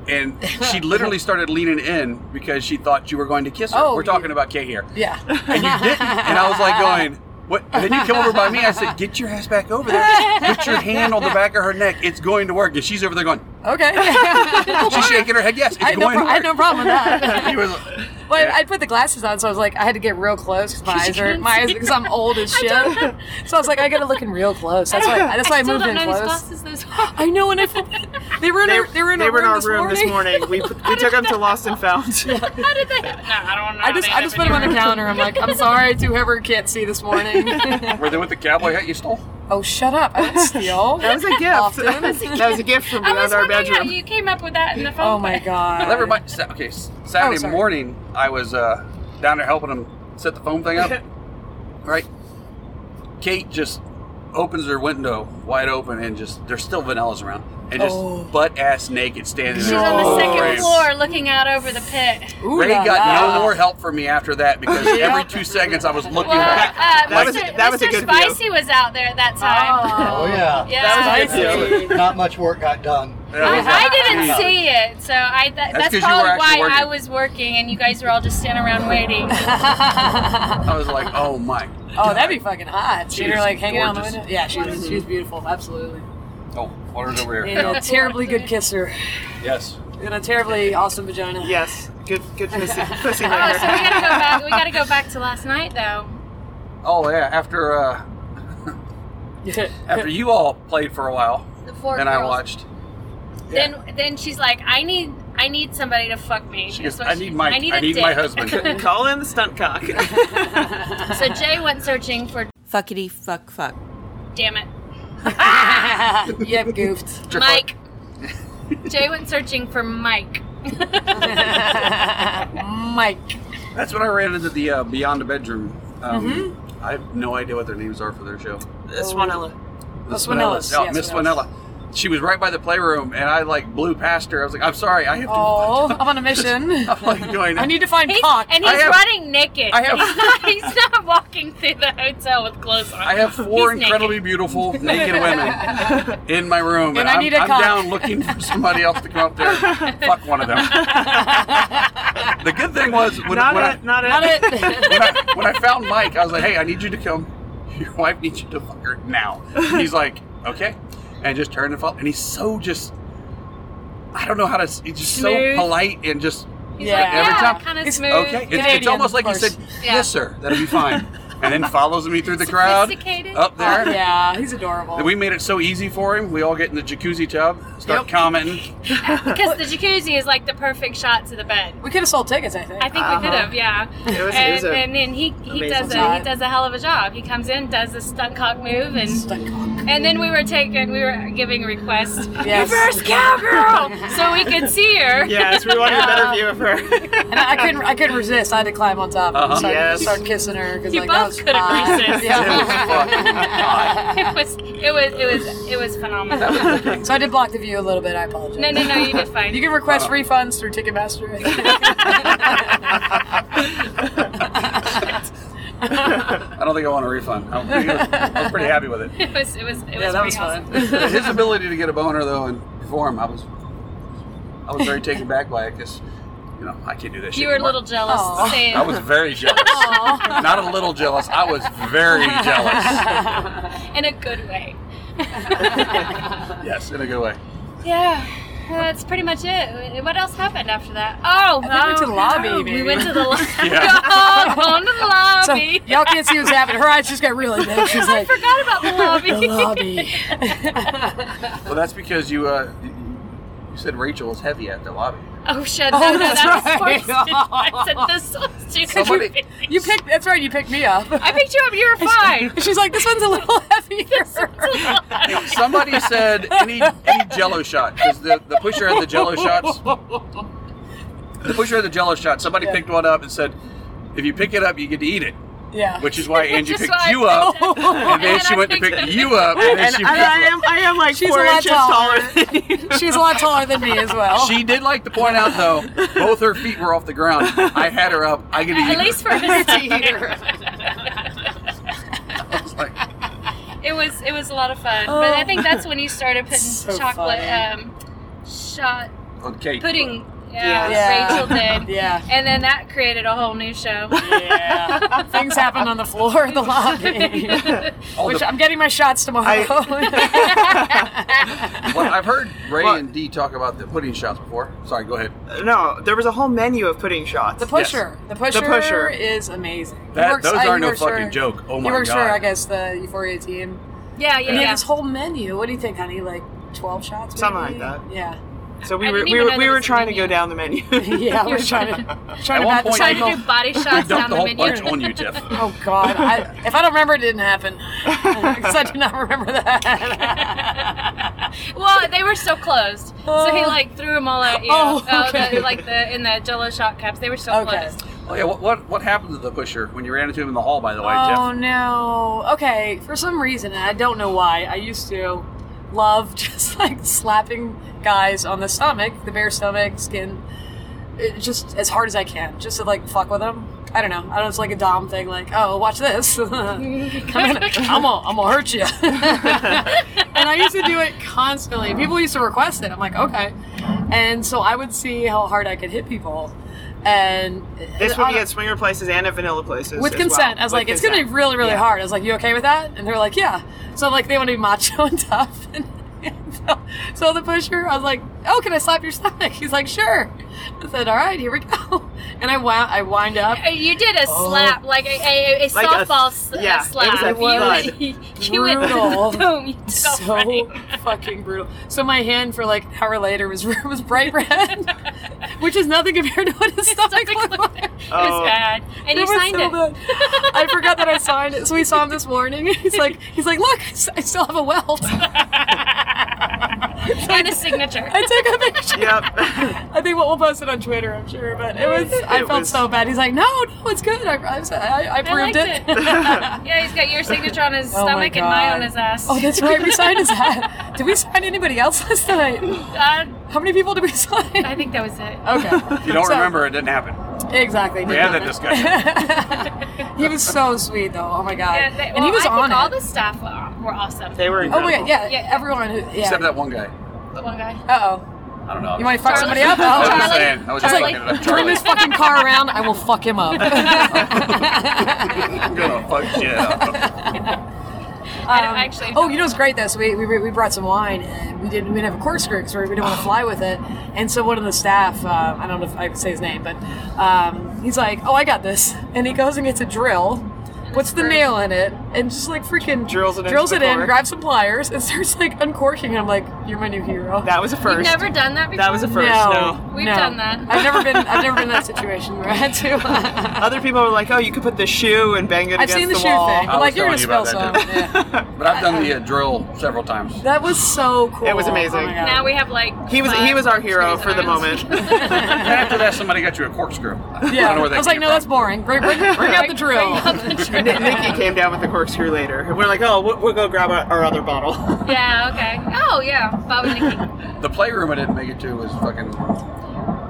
S3: and she literally started leaning in because she thought you were going to kiss her.
S2: Oh,
S3: we're talking
S2: yeah.
S3: about Kay here,
S2: Yeah.
S3: and you didn't, and I was like going, What? And then you come over by me. I said, "Get your ass back over there. Put your hand on the back of her neck. It's going to work." And she's over there going,
S2: Okay.
S3: she's shaking her head. Yes, it's
S2: I had,
S3: going
S2: no
S3: to
S2: pro-
S3: work.
S2: I had no problem with that.
S3: He was-
S2: Well, I, I put the glasses on, so I was like, I had to get real close because my eyes are my eyes because I'm old as shit. so I was like, I gotta look in real close. That's why. That's why I,
S4: still
S2: moved
S4: don't
S2: in
S4: know whose
S2: close.
S4: glasses those are.
S2: I know, and I felt- they were in
S1: They,
S2: our, they were in
S1: they
S2: our
S1: were in
S2: room,
S1: our
S2: this,
S1: room
S2: morning.
S1: this morning. We put, we took them to Lost and Found.
S4: How did they? No, I don't know.
S2: I just I just put them on the counter. I'm like, I'm sorry to whoever can't see this morning.
S3: Were they with the cowboy hat you stole?
S2: oh, shut up! I don't steal.
S1: That was a
S2: Often.
S1: gift. that was a gift from
S4: I was
S1: beyond our
S4: wondering how
S1: bedroom.
S4: you came up with that in the phone.
S2: Oh my
S4: book.
S2: god.
S3: Well, everybody. Sa- Okay, s- Saturday
S2: Oh, sorry.
S3: morning, I was uh, down there helping him set the phone thing up. right? Kate just opens her window wide open and just there's still vanillas around and just
S2: Oh.
S3: butt ass naked standing
S4: She's
S3: there.
S4: on the
S1: Oh,
S4: second
S1: Grace.
S4: floor, looking out over the pit.
S2: Ooh
S3: Ray
S2: la
S3: got
S2: la.
S3: no more help from me after that because every two seconds I was looking
S4: Well,
S3: back.
S4: uh,
S1: That
S4: Mr.
S1: was- that was a
S4: Mr.
S1: good view.
S4: Spicy was out there at that time.
S5: Oh yeah.
S4: yeah,
S1: That was a good view.
S5: Actually, not much work got done.
S3: And
S4: I,
S3: was like,
S4: I didn't
S3: "Jeez."
S4: see it, so I th- that's,
S3: 'cause you were
S4: probably
S3: actually
S4: why
S3: working.
S4: I was working and you guys were all just standing around waiting.
S3: I was like, oh my.
S2: Oh, that'd be fucking hot. She
S3: She
S2: her
S3: was
S2: like hanging out the
S3: gorgeous.
S2: window. Yeah, she was, she was beautiful. Absolutely.
S3: Oh, water's over here.
S2: And a terribly good kisser.
S3: Yes.
S2: And a terribly awesome vagina.
S1: Yes, good good pussy, pussy
S4: Oh, so we
S1: later.
S4: gotta go back. We gotta go back to last night though.
S3: Oh yeah. After uh, after you all played for a while
S4: The four
S3: and
S4: girls.
S3: I watched.
S4: Then then she's like, I need I need somebody to fuck me.
S3: She
S4: That's
S3: goes,
S4: what
S3: I
S4: she-
S3: need my I need,
S4: a
S3: my
S4: dick."
S3: husband.
S1: Call in the stunt cock.
S4: So Jay went searching for.
S6: Fuckity fuck fuck.
S4: Damn it,
S2: yep, goofed.
S4: Mike. Jay went searching for Mike.
S2: Mike.
S3: That's when I ran into the uh, Beyond the Bedroom. Um,
S2: Mm-hmm.
S3: I have no idea what their names are for their show.
S1: This one, Ella.
S2: Miss
S3: Vanellas.
S2: Vanellas,
S3: Yeah,
S2: yes,
S3: Miss
S2: Vanellas.
S3: Vanilla. She was right by the playroom, and I like blew past her. I was like, "I'm sorry, I have to."
S2: Oh, I'm on a mission.
S3: I'm like going.
S2: I need to find
S4: He's,
S2: cock.
S4: and
S3: I
S4: he's
S3: have-
S4: running naked.
S3: I have-
S4: he's, not, he's not walking through the hotel with clothes on.
S3: I have four
S4: He's
S3: incredibly beautiful naked women in my room,
S2: And I
S3: I'm,
S2: need a
S3: I'm
S2: cock.
S3: down looking for somebody else to come up there and fuck one of them. the good thing was when,
S1: Not
S3: when,
S1: it, not it.
S2: Got it.
S3: I, when I when I found Mike, I was like, "Hey, I need you to come. Your wife needs you to fuck her now." He's like, "Okay," and just turned and fell. And he's so just. I don't know how to. s- He's just
S2: Smooth.
S3: so polite and just
S4: He's
S2: Yeah.
S4: like,
S3: Every
S4: yeah,
S3: time-
S4: kind of
S2: It's-
S4: smooth.
S3: Okay, it's, it's
S2: Canadian,
S3: almost like
S2: of
S3: he said,
S4: Yeah.
S3: "Yes, sir, that'll be fine," and then follows me through the crowd
S4: Sophisticated.
S3: up there.
S2: Oh, yeah, he's adorable.
S3: We made it so easy for him. We all get in the jacuzzi tub, start
S2: Yep.
S3: commenting.
S4: Because the jacuzzi is like the perfect shot to the bed.
S2: we could have sold tickets, I think.
S4: I
S3: Uh-huh.
S4: think we could have, yeah.
S1: It was- it
S4: and,
S1: was a
S4: and then he, he
S1: amazing
S4: does a
S2: shot.
S4: he does a hell of a job. He comes in, does a stunt cock move, and
S2: Stunt cock.
S4: and then we were taking we were giving requests.
S2: Yes.
S4: First cowgirl, so we could see her.
S1: Yes, we wanted a better view of her.
S2: And I, I couldn't. I couldn't resist. I had to climb on top and
S3: Uh-huh.
S2: start,
S1: Yes.
S2: start kissing her because
S4: You
S2: like,
S4: both
S2: that was
S4: couldn't
S2: hot.
S4: resist.
S3: It was
S2: Yeah.
S3: fucking hot.
S4: It was it was it was it was phenomenal.
S2: so I did block the view a little bit. I apologize.
S4: No, no, no, you did fine.
S2: You can request refunds through Ticketmaster.
S3: I don't think I want a refund. I was, I was pretty happy with it.
S4: It was it was it
S2: yeah,
S4: was
S2: that
S4: pretty
S2: was
S4: awesome.
S2: fun.
S3: His ability to get a boner though and perform, I was, I was very taken back by it because, you know, I can't do that shit.
S4: You were a
S3: anymore.
S4: little jealous,
S2: Aw.
S4: Sam.
S3: I was very jealous. Not a little jealous. I was very jealous.
S4: in a good way.
S3: Yes, in a good way.
S4: Yeah, well, that's pretty much it. What else happened after that? Oh,
S2: I think we went to the
S4: oh,
S2: lobby,
S4: no.
S2: maybe.
S4: We went to the lobby.
S3: Yeah.
S4: oh, going to the
S2: So,
S4: lobby.
S2: y'all can't see what's happening. Her eyes just got really big. She's
S4: I
S2: like,
S4: forgot about the lobby.
S2: the lobby.
S3: Well, that's because you uh, you said Rachel was heavy at the lobby.
S4: Oh shit!
S2: Oh,
S4: No, no,
S2: that's
S4: that
S2: right.
S4: was right. I said this was too
S3: Somebody-
S4: stupid.
S2: You picked. That's right. You picked me up.
S4: I picked you up. You were fine.
S2: She's like, this one's a little heavier.
S3: Somebody said any any Jello shot because the the pusher had the Jello shots. The pusher had the Jello shot. Somebody picked one up and said, "If you pick it up, you get to eat it,"
S2: yeah.
S3: which is why Angie
S4: is
S3: picked
S4: why I
S3: you up,
S4: picked it.
S3: and then
S4: And
S3: she
S4: I
S3: went to
S4: picked
S3: pick
S4: it.
S3: you up, and then
S1: And,
S3: she
S1: and I
S3: picked
S1: am I am like
S2: She's a
S1: four
S2: lot
S1: inches
S2: taller.
S1: taller than you.
S2: She's a lot taller than me as well.
S3: She did like to point out though, both her feet were off the ground. I had her up. I get to eat.
S4: At least for his eater.
S3: It's like,
S4: It was it was a lot of fun. But I think that's when you started putting
S2: So
S4: chocolate
S2: funny.
S4: um, shot
S3: on cake.
S4: pudding Yeah,
S2: Yeah.
S4: Rachel did.
S2: Yeah.
S4: And then that created a whole new show.
S2: Yeah. Things happen on the floor of the lobby. Which
S3: the-
S2: I'm getting my shots tomorrow.
S3: Well, I've heard Ray
S1: What? Uh,
S3: and D talk about the pudding shots before. Sorry, go ahead.
S1: No, there was a whole menu of pudding shots.
S2: the pusher. The pusher.
S1: pusher.
S2: is amazing. He
S3: That- those
S2: I-
S3: are
S2: he
S3: no
S2: works
S3: fucking joke. Oh my
S2: he works
S3: God.
S2: for I guess the Euphoria team.
S4: Yeah, yeah,
S2: I mean,
S4: yeah.
S2: this whole menu. What do you think, honey? Like twelve shots?
S1: Something
S2: maybe?
S1: like that.
S2: Yeah.
S1: so we
S4: I
S1: were
S4: didn't
S1: we
S4: even
S1: were,
S4: know
S1: we
S4: there
S1: were
S4: was a
S1: trying to
S4: menu.
S1: go down the menu.
S2: Yeah, we're
S4: You're
S2: trying to trying
S3: At
S2: to bat
S3: one
S2: the
S3: point,
S4: Trying to
S2: cycle.
S4: do body
S3: We
S4: shots down
S3: dumped the
S4: the
S3: whole
S4: menu.
S3: bunch on you, Jeff.
S2: Oh God! I, if I don't remember, it didn't happen because I do not remember that.
S4: Well, they were still closed, so he like threw them all at you.
S2: Oh, okay.
S4: the, like the in the Jello shot cups, they were still
S2: Okay.
S4: closed.
S3: Oh yeah, what, what what happened to the pusher when you ran into him in the hall? By the way,
S2: oh
S3: Jeff.
S2: no! Okay, for some reason, and I don't know why, I used to love just like slapping guys on the stomach, the bare stomach, skin, it, just as hard as I can, just to like fuck with them. I don't know. I don't. It's like a dom thing. Like, oh, watch this. I'm gonna, I'm gonna, I'm gonna hurt you. and I used to do it constantly. People used to request it. I'm like, okay. And so I would see how hard I could hit people. And
S1: This would be
S2: Uh,
S1: at swinger places and at vanilla places.
S2: with
S1: as
S2: consent.
S1: well.
S2: I was
S1: With
S2: like, it's
S1: consent.
S2: gonna be really, really
S1: Yeah.
S2: hard. I was like, you okay with that? And they're like, yeah. So like they want to be macho and tough. And so, so the pusher, I was like, oh, can I slap your stomach? He's like, sure. I said, all right, here we go. And I wound, I wind up. Oh.
S4: Uh, You did a slap, like a, a, a
S1: Like a-
S4: softball s- uh,
S1: yeah, it was
S4: slap.
S1: a thud.
S4: you went, you went
S2: Brutal.
S4: boom. You took off
S2: so
S4: running.
S2: fucking brutal. So my hand for like an hour later was was bright red, which is nothing compared to what his stomach looked like.
S4: It
S1: Oh.
S4: was bad, and you
S2: was
S4: signed
S2: so
S4: it.
S2: bad. I forgot that I signed it. So we saw him this morning. and He's like, he's like, look, I s- I still have a welt.
S4: and a signature.
S2: I took a picture.
S1: Yep.
S2: I think we'll, we'll post it on Twitter, I'm sure. But it was, I
S1: It
S2: felt
S1: was-
S2: so bad. He's like, no, no, it's good. I, I, I, I proved it.
S4: liked Yeah, he's got your signature on his
S2: Oh my
S4: stomach and mine
S2: God.
S4: on his ass.
S2: oh, that's right. We signed his hat. Did we sign anybody else last night?
S4: uh,
S2: How many people did we sign?
S4: I think that was it.
S2: Okay.
S3: If you don't
S2: So-
S3: remember, it didn't happen.
S2: Exactly.
S3: We had that discussion.
S2: He was so sweet, though. Oh my god.
S4: Yeah, they-
S2: and he
S4: well,
S2: was
S4: I
S2: on
S4: think all
S2: it.
S4: the staff were, were awesome.
S1: they were
S2: oh
S1: incredible.
S2: my god. Yeah.
S4: Yeah.
S2: Everyone who. Yeah.
S3: Except that one guy.
S4: One guy.
S2: Uh oh.
S3: I don't know.
S2: You might fuck somebody up.
S3: I
S2: Oh.
S3: was just
S4: Charlie.
S3: saying. I was just
S4: Charlie.
S3: looking it up.
S2: Turn
S3: Charlie.
S2: this fucking car around. I will fuck him up.
S3: I'm gonna fuck shit up.
S4: I don't actually.
S2: Oh, you know what's great though? So we, we, we brought some wine and we didn't we didn't have a corkscrew because we we didn't want
S4: Oh.
S2: to fly with it. And so one of the staff, uh, I don't know if I could say his name, but um, he's like, "Oh, I got this," and he goes and gets a drill, puts the
S4: screw.
S2: nail in it, and just like freaking
S1: Drills it into
S2: drills
S1: the
S2: it in,
S1: cork.
S2: grabs some pliers, and starts like uncorking. And I'm like, "You're my new hero."
S1: That was a
S4: We've
S1: 1st
S4: never done that before.
S1: That was a first.
S2: No,
S1: No.
S4: We've
S2: no.
S4: done that.
S2: I've never been. I've never been in that situation where I had to. uh,
S1: Other people were like, "Oh, you could put the shoe and bang it
S2: I've
S1: against
S2: seen the,
S1: the,
S2: shoe
S1: wall."
S2: thing.
S3: I
S2: I'm like,
S3: was
S2: "You're gonna spill
S3: telling you
S2: some."
S3: about that,
S2: Yeah.
S3: But I've done the uh, drill several times.
S2: That was so cool.
S1: It was
S2: Oh my
S1: amazing.
S2: God.
S4: Now we have like.
S1: He was
S4: five
S1: he was our hero for
S4: corkscrews
S1: the
S4: in ours.
S1: moment.
S3: And after that, somebody got you a corkscrew. I
S2: Yeah,
S3: don't know where that
S2: I was like,
S3: came
S2: no,
S3: from.
S2: that's boring. Bring, bring, bring out the drill.
S4: Bring out the drill.
S1: Ni- Nikki came down with the corkscrew later. And we're like, "Oh, we'll, we'll go grab our, our other bottle."
S4: yeah. Okay. Oh yeah, Bob and Nikki.
S3: The playroom I didn't make it to was fucking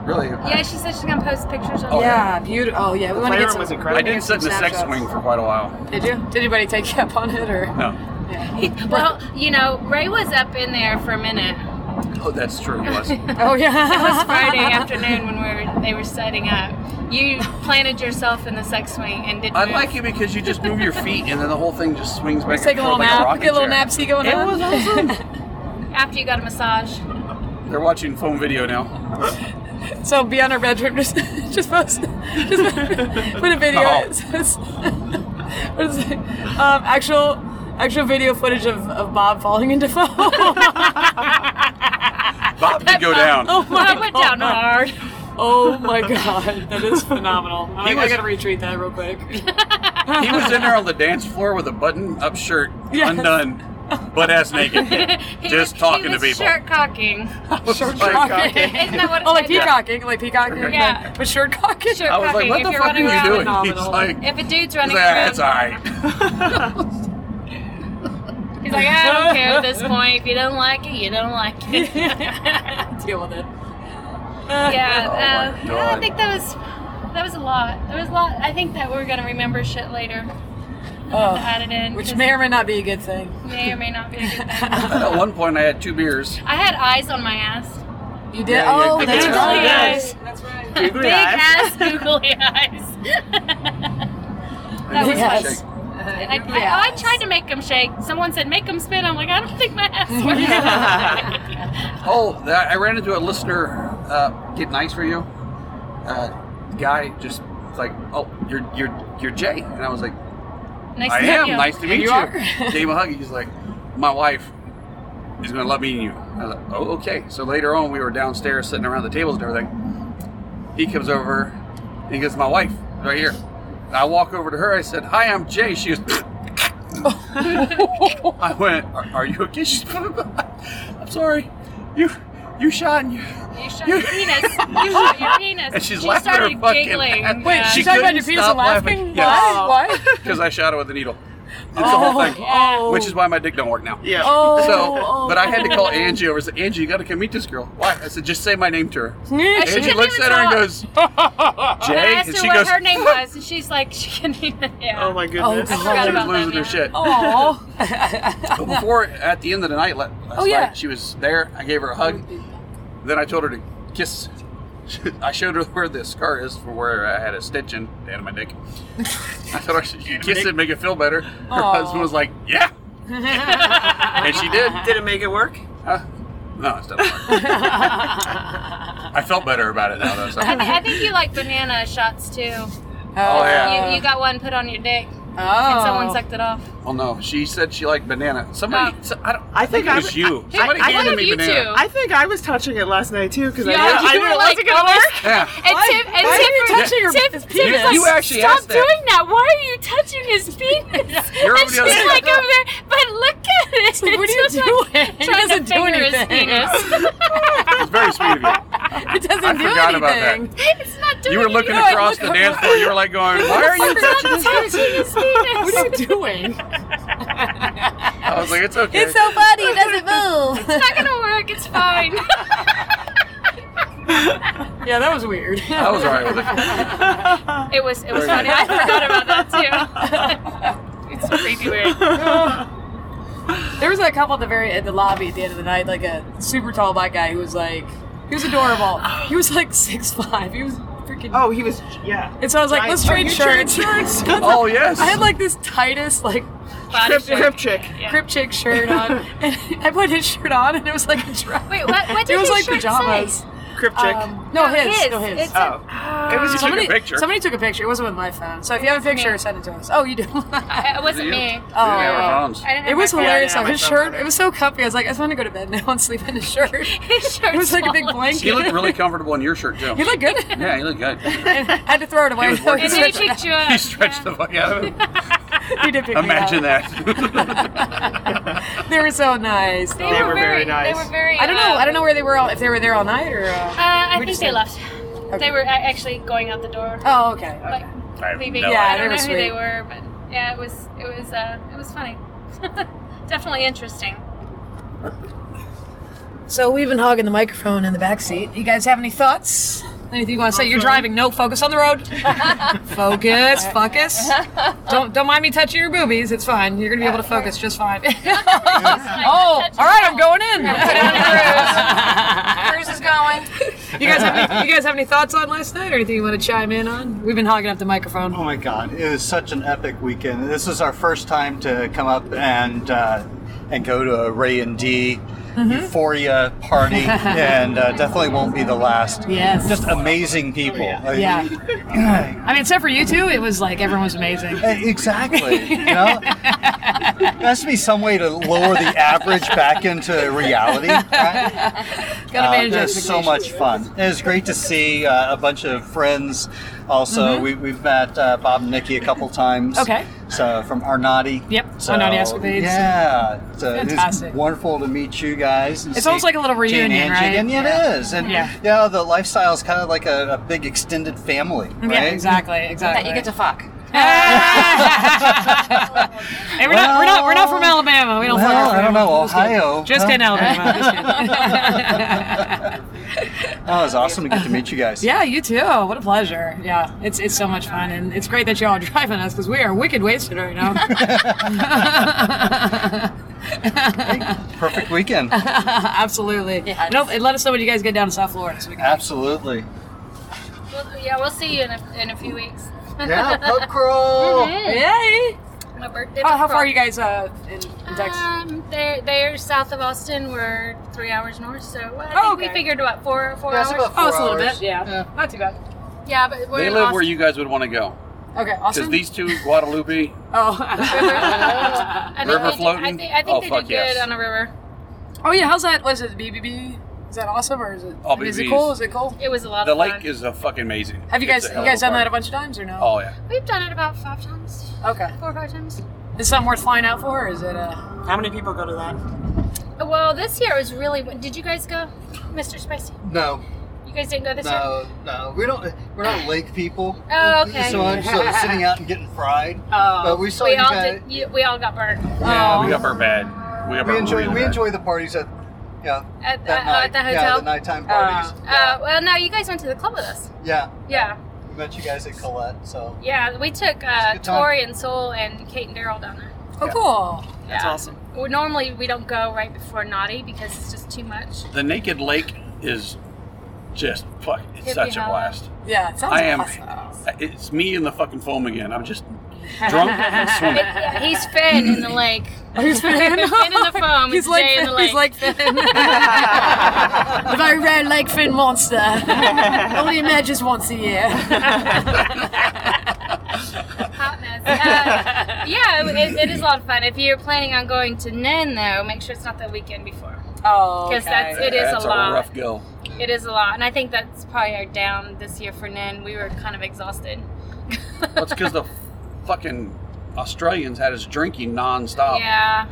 S3: really.
S4: Yeah, she said she's gonna post pictures of.
S3: Oh,
S4: it.
S2: yeah, beautiful. Oh yeah, we want to
S1: playroom
S2: get some.
S1: was
S3: I
S1: incredible.
S3: didn't sit in the sex
S2: Snapshots.
S3: wing for quite a while.
S2: Did you? Did anybody take you up on it or?
S3: No.
S2: Yeah.
S4: Well, you know, Ray was up in there for a minute.
S3: Oh, that's true. It was.
S2: Oh yeah.
S4: It was Friday afternoon when we were they were setting up. You planted yourself in the sex swing and didn't.
S3: I
S4: move.
S3: like it because you just move your feet and then the whole thing just swings back.
S2: Let's take
S3: and
S2: a little
S3: forth like
S2: nap.
S3: rocket
S2: Get a little
S3: chair.
S2: napsy going
S3: It
S2: on.
S3: was awesome.
S4: after you got a massage.
S3: They're watching phone video now.
S2: So be on our bedroom. Just, just post, just put a video.
S3: Oh.
S2: It says, what is it? Um, actual, actual video footage of, of Bob falling into foam.
S3: Bob did go down.
S2: oh my
S4: I went down hard.
S2: Oh my god, that is phenomenal. I'm
S3: He
S2: like, I
S3: was-
S2: gotta retweet that real quick.
S3: He was in there on the dance floor with a button-up shirt,
S2: Yes.
S3: undone, butt ass naked,
S4: He
S3: just
S4: was-
S3: talking
S4: he was
S3: to people.
S4: Shirt cocking.
S3: Shirt
S1: cocking.
S4: Isn't that what?
S2: Oh, like
S4: I-
S2: peacocking, like peacocking,
S4: Yeah.
S2: but, but shirt cocking.
S4: Shirt
S3: I was like,
S4: cocking.
S3: "What the
S4: if you're
S3: fuck are
S4: running
S3: you
S4: around-
S3: doing?" He's
S2: phenomenal.
S3: like,
S4: If a
S3: he's
S4: dude's running
S3: like,
S4: around,
S3: "That's all right."
S4: he's like, I don't care at this point. If you don't like it, you don't like it.
S2: Deal with it.
S4: Yeah,
S3: Oh my
S4: uh, I
S3: God.
S4: think that was that was a lot. That was a lot. I think that we're gonna remember shit later.
S2: Oh,
S4: Added in,
S2: which
S4: 'cause
S2: may or may not be a good thing.
S4: may or may not be a good thing.
S3: At one point, I had two beers.
S4: I had eyes on my ass.
S2: You did?
S3: Yeah, yeah,
S2: oh,
S3: I
S2: that's
S3: did.
S2: right.
S1: Yes. Googly
S4: Big
S1: eyes.
S4: ass googly eyes. That
S3: I
S4: was
S3: think
S2: us.
S3: shake.
S4: I,
S2: Googly
S4: I, I
S2: eyes.
S4: tried to make them shake. Someone said make them spin. I'm like, I don't think my ass works.
S3: Oh, that, I ran into a listener. Uh, get nice for you. Uh, guy just like, oh, you're you're you're Jay, and I was like,
S4: nice
S3: I
S4: to
S3: am.
S4: meet you.
S3: Nice to meet
S2: you
S3: you.
S2: are.
S3: Gave him a hug. He's like, my wife is going to love meeting you. I was like, oh, okay. So later on, we were downstairs sitting around the tables and everything. He comes over and he goes, my wife right here. And I walk over to her. I said, hi, I'm Jay. She goes, I went, are, are you okay? She's, I'm sorry. You, you shot. And you,
S4: You shot your penis. You shot your penis.
S3: And she's
S4: she
S3: laughing her
S4: started
S3: fucking
S4: giggling.
S3: ass.
S2: Wait,
S4: uh,
S3: She
S2: she's talking about
S3: couldn't
S2: your penis
S3: stop
S2: and laughing?
S3: laughing.
S1: Yes.
S2: Why? Why?
S3: because I shot it with a needle. It's the whole thing.
S2: Oh.
S3: Which is why my dick don't work now.
S1: Yeah.
S2: Oh.
S3: So,
S2: oh,
S3: but I had to
S2: oh.
S3: call Angie over. and said, Angie, you got to come meet this girl. Why? I said, just say my name to her.
S4: and she
S3: Angie
S4: couldn't
S3: looks at
S4: even
S3: her and
S4: talk.
S3: goes,
S4: And I
S3: Jay,
S4: asked
S3: and
S4: her
S3: she
S4: what
S3: goes,
S4: her name was, and she's like, she couldn't even. Yeah.
S1: Oh my goodness.
S2: God.
S4: forgot
S3: she
S4: about
S3: was losing
S4: them,
S3: her
S4: yeah.
S3: shit. Oh.
S2: Aw.
S3: But before, at the end of the night, la- last
S2: Oh, yeah.
S3: night, she was there. I gave her a hug. Then I told her to kiss. I showed her where the scar is from where I had a stitch in the end of my dick. I told her she could kiss it, make it feel better. Her
S2: Aw.
S3: husband was like, yeah. and she did.
S1: Did it make it work?
S3: Huh? No, it's not. I felt better about it now, though. So.
S4: I, th- I think you like banana shots too.
S3: Oh, yeah.
S4: you, you got one put on your dick,
S2: oh.
S4: and someone sucked it off.
S3: Well, Oh, no, she said she liked banana. Somebody,
S4: Oh.
S3: so- I, don't,
S1: I
S3: I think
S1: think I
S3: it was
S1: would-
S3: you.
S1: I-
S3: Somebody
S1: I-
S3: handed
S4: one of
S3: me
S4: you
S3: banana.
S4: two.
S1: I think I was touching it last night too because
S4: Yeah,
S1: I,
S4: you
S1: I
S4: were
S1: realized
S4: like,
S1: it got
S4: "Over."
S1: worse.
S3: Yeah.
S4: And
S2: Why-
S4: Tim, and
S2: why are
S4: Tim,
S2: you
S4: for-
S2: touching your-
S4: Tim-
S2: his
S4: Tim
S2: penis?
S4: was like,
S3: You actually
S4: stop
S3: asked that."
S4: doing that. Why are you touching his penis?
S3: You're
S4: and
S3: over the other
S4: she's
S3: side.
S4: like, over there, but look at it. It's
S2: like, what are you
S4: just like
S2: doing? He
S4: Trying to
S2: doesn't do
S4: finger his
S2: anything.
S4: penis.
S3: It's very sweet of you.
S2: It doesn't
S3: I
S2: do
S3: forgot about that.
S2: anything.
S4: it's not doing
S3: You were
S2: You
S3: looking
S2: know, I
S3: across
S2: look
S3: the
S2: over-
S3: dance floor. You were like going, "Why are you
S4: Stop
S3: touching this?"
S4: touching his
S2: What are
S4: penis.
S2: you doing?
S3: I was like, "It's okay."
S2: It's so funny. It doesn't move.
S4: It's not gonna work. It's fine.
S2: yeah, that was weird.
S3: I was alright with it.
S4: It was it was
S3: Very
S4: funny. I forgot about that too. it's crazy weird.
S2: There was a couple at the very at the lobby at the end of the night, like a super tall black guy who was like, he was adorable. He was like six five. He was freaking.
S1: Oh, he was. Yeah.
S2: And so I was like,
S1: Giant-
S2: let's
S1: Oh,
S2: trade
S1: you
S2: shirts.
S3: Oh yes.
S2: I had like this tightest like
S4: Body
S1: Crip,
S4: shape.
S1: crip chick.
S4: Yeah.
S2: crip chick shirt on, and I put his shirt on, and it was like a dress.
S4: Wait, what? What did
S2: it was
S4: his
S2: like
S4: shirt
S2: pajamas.
S4: say?
S1: Crip chick.
S2: Um, no,
S4: No,
S2: his,
S4: his.
S2: no his.
S4: It's- Uh,
S1: oh. it was
S3: You
S1: just
S3: took a
S2: somebody,
S3: picture.
S2: somebody took a picture. It wasn't with my phone. So if you have a picture,
S4: Me.
S2: send it to us. Oh, you do.
S4: Uh, It wasn't
S3: You?
S4: me.
S3: We didn't
S2: Oh.
S3: have our phones.
S4: I didn't have
S2: it was
S4: my phone.
S2: hilarious.
S1: yeah,
S2: though.
S1: my
S2: his
S1: phone
S2: shirt,
S1: had it.
S2: it was so comfy. I was like, I just want to go to bed now and sleep in his shirt.
S4: His shirt
S2: It was like a big
S4: swallowed.
S2: blanket.
S3: You looked really comfortable in your shirt too.
S2: He looked good.
S3: Yeah, you look good.
S2: And I had to throw it away.
S3: was
S2: though.
S3: working.
S4: And then he picked you up.
S3: He stretched
S4: yeah.
S3: the fuck out of it.
S2: He did pick me
S3: Imagine
S2: up.
S3: that.
S2: They were so nice.
S4: They,
S2: though.
S4: were, very, nice. They were very.
S2: I don't know.
S4: uh,
S2: I don't know where they were. All, if they were there all night or. Uh,
S4: Uh, I
S2: we
S4: think
S2: just
S4: they
S2: didn't-
S4: left. They were a- actually going out the door,
S2: Oh, okay.
S4: like
S3: I have
S4: leaving.
S3: no
S2: Yeah,
S4: I
S2: they
S4: don't
S2: were
S4: know who
S2: sweet.
S4: they were, but yeah, it was it was uh, it was funny. Definitely interesting.
S2: So we've been hogging the microphone in the back seat. You guys have any thoughts? Anything you want to say? You're driving. No, focus on the road. focus, focus. Don't don't mind me touching your boobies. It's fine. You're gonna be able to focus just fine. oh, all right. I'm going in.
S4: Bruce is going.
S2: you guys have any, you guys have any thoughts on last night or anything you want to chime in on? We've been hogging up the microphone.
S5: Oh my God! It was such an epic weekend. This is our first time to come up and uh, and go to a Ray and D
S4: Mm-hmm.
S5: Euphoria party, and uh, definitely won't be the last.
S2: Yes.
S5: Just amazing people.
S2: Yeah. I mean, except for you two, it was like everyone was amazing.
S5: Uh, Exactly. You know, there has to be some way to lower the average back into reality. Right?
S2: Gotta
S5: Uh,
S2: manage
S5: it was so
S2: expectations.
S5: much fun. It was great to see uh, a bunch of friends. Also, we, we've met uh, Bob and Nikki a couple times.
S2: Mm-hmm. Okay.
S5: So from Arnati.
S2: Yep, Arnati Escapades.
S5: Yeah. So
S2: Fantastic.
S5: It's wonderful to meet you guys. and
S2: It's
S5: see
S2: almost like a little
S5: Jane
S2: reunion,
S5: Angie
S2: right?
S5: again. Yeah,
S2: Yeah.
S5: it is. And
S2: Yeah.
S5: yeah, you know, the lifestyle is kind of like a, a big extended family, right?
S2: Mm-hmm. Yeah, exactly, exactly.
S6: fuck.
S2: Hey, we're, not, we're not we're not from Alabama. We don't. fuck
S5: Well,
S2: with
S5: I don't
S2: Alabama.
S5: know,
S2: Just kidding.
S5: Ohio,
S2: Just
S5: huh?
S2: kidding, Alabama. Just kidding.
S5: Oh, it was awesome to get to meet you guys.
S2: yeah, you too. What a pleasure. Yeah, it's it's so much fun, and it's great that y'all are driving us because we are wicked wasted right now.
S5: Perfect weekend.
S2: Absolutely.
S6: Yeah.
S2: Nope. And let us know when you guys get down to South Florida. So we can
S5: Absolutely.
S4: Well, yeah, we'll see you in a, in a few weeks.
S5: Yeah, pub crawl.
S4: Mhm.
S2: Yay!
S4: My birthday.
S2: Oh, how far are
S4: before.
S2: you guys uh, in, in Texas?
S4: Um, they're, they're south of Austin. We're three hours north, so uh, I think
S2: Oh,
S4: we
S2: okay.
S4: figured what four four
S5: Yeah, it's
S4: hours.
S5: about
S2: oh, it's a little
S5: hours.
S2: bit. Yeah. not too bad.
S4: Yeah, but we're
S3: They
S4: in
S3: live
S4: Austin.
S3: where you guys would want to go.
S2: Okay,
S3: Because
S2: awesome.
S3: these two, Guadalupe,
S2: oh.
S4: I think
S3: River
S4: they did-
S3: floating?
S4: I think, I think
S3: Oh,
S4: they
S3: fuck
S4: did
S3: yes.
S4: good on a river.
S2: oh yeah, how's that? Was it the BBB? Is that awesome or is it?
S3: All
S2: is it
S3: BBBs.
S2: cool? Is it cool?
S4: It was a lot
S3: the
S4: of fun.
S3: lake is a fucking amazing.
S2: Have you guys
S3: It's a
S2: you
S3: hell
S2: guys
S3: of a
S2: done that a
S3: party.
S2: bunch of times or no?
S3: Oh yeah.
S4: We've done it about five times,
S2: Okay.
S4: four or five times.
S2: Is something worth flying out for? Or is it uh
S1: How many people go to that?
S4: Well, this year was really. Did you guys go, Mr. Spicy?
S5: No,
S4: You guys didn't go this year.
S5: no, no. We don't. We're not lake people.
S4: Oh, okay.
S5: So much. So sitting out and getting fried. but we saw
S4: Oh, we
S5: you
S4: all
S5: guys.
S4: did. You, we all got burnt
S5: Yeah,
S2: Oh.
S3: We got her bad. We got
S5: we
S3: her
S5: enjoy.
S3: real
S5: We
S3: bad.
S5: enjoy the parties at. Yeah.
S4: at the,
S5: That
S4: uh,
S5: night.
S4: at the
S5: Yeah, the
S4: hotel.
S5: nighttime parties.
S4: uh, well, no, you guys went to the club with us.
S5: yeah.
S4: Yeah,
S5: We met you guys at Colette. So.
S4: yeah. We took
S5: a
S4: uh,
S5: good time.
S4: Tori and Soul and Kate and Daryl down there.
S2: Oh, cool.
S1: That's
S4: Yeah.
S1: awesome.
S4: Well, normally we don't go right before naughty because it's just too much.
S3: The naked lake is just fuck. It's
S4: Hippie
S3: such a
S4: Hollow.
S3: blast.
S2: Yeah, it sounds
S3: I am.
S2: awesome.
S3: It's me and the fucking foam again. I'm just drunk and
S4: It-
S3: swimming.
S4: yeah, he's Finn in the lake.
S2: He's Finn.
S4: Finn in the foam.
S2: He's
S4: and
S2: like
S4: Jay in
S2: Finn.
S4: the
S2: He's
S4: lake.
S2: like Finn. the very rare Lake Finn monster. Only emerges once a year.
S4: hot mess. Uh, yeah, it, it is a lot of fun. If you're planning on going to Nen, though, make sure it's not the weekend before.
S2: Oh, okay.
S4: Because that's it is
S3: That's
S4: a lot.
S3: rough go.
S4: It is a lot, and I think that's probably our down this year for Nen. We were kind of exhausted.
S3: That's because the fucking Australians had us drinking nonstop.
S4: yeah,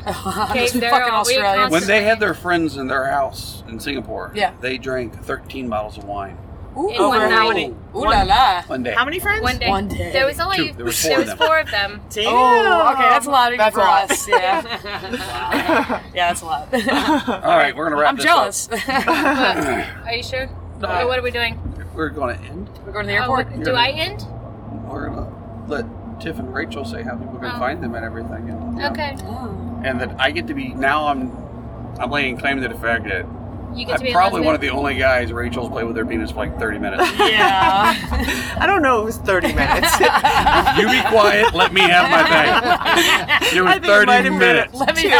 S2: Those
S4: they're
S2: fucking
S4: all- we
S2: Australians.
S3: When they had their friends in their house in Singapore,
S2: Yeah.
S3: they drank 13 bottles of wine
S2: Ooh,
S4: in one
S1: Over how
S4: night.
S1: many?
S2: ooh la la.
S3: one day.
S1: How many friends?
S4: one day.
S2: One day.
S4: There was only
S3: Two. There was four of them.
S4: of them.
S1: Damn.
S2: Oh, okay, that's a lot even
S1: That's a
S2: for
S1: lot.
S2: us. Yeah, yeah, that's a lot.
S3: All right, we're gonna wrap
S2: I'm
S3: this
S2: jealous.
S4: Are you sure? Okay, what are we doing?
S3: up. We're gonna end.
S2: We're going to the
S4: Oh,
S2: airport.
S4: do I end?
S3: We're gonna uh, let Tiff and Rachel say how people can
S4: Oh.
S3: find them and everything. And, you know,
S4: Okay,
S2: Oh.
S3: and that I get to be now. I'm I'm laying claim to the fact that
S4: you get to be
S3: I'm
S4: a
S3: probably
S4: lesbian.
S3: one of the only guys Rachel's played with their penis for like 30 minutes.
S2: Yeah.
S1: I don't know. It was 30 minutes. I
S3: you be quiet. Let me have my thing. It was
S1: think it
S3: 30
S1: might have been
S3: minutes.
S2: Let me know.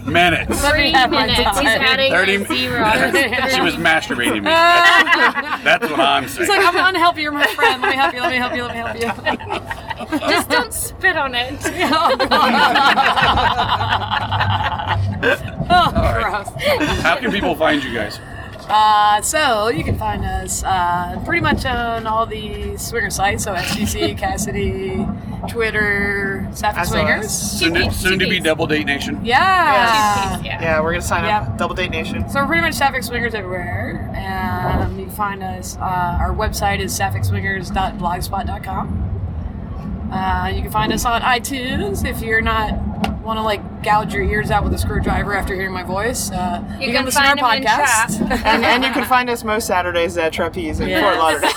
S3: 30 minutes.
S2: Let
S4: Three
S2: me have my
S4: minutes. He's
S2: time.
S4: adding
S3: 30
S4: a zero.
S3: minutes. she was masturbating me. That's, that's what I'm
S2: He's
S3: saying.
S2: like, I'm unhealthy. You're my friend. Let me help you. Let me help you. Let me help you.
S4: Just don't spit on it.
S2: oh,
S3: right.
S2: Oh, gross.
S3: How can people find you guys?
S2: Uh, so you can find us uh, pretty much on all the swinger sites. So SGC, Cassidy, Twitter, Sapphic
S1: saw
S2: Swingers.
S1: us.
S3: Soon to,
S4: peeps,
S3: soon to be
S4: peeps.
S3: Double Date Nation.
S2: Yeah.
S4: Yeah.
S1: Yeah, we're gonna sign
S2: Yeah.
S1: up. Double Date Nation.
S2: So we're pretty much Sapphic Swingers everywhere. Um, you can find us. Uh, our website is sapphicSwingers.blogspot.com. Uh, you can find us on iTunes if you're not want to like gouge your ears out with a screwdriver after hearing my voice. Uh,
S4: You can find them in
S1: And, and you can find us most Saturdays at Trapeze in
S2: Yes.
S1: Fort Lauderdale.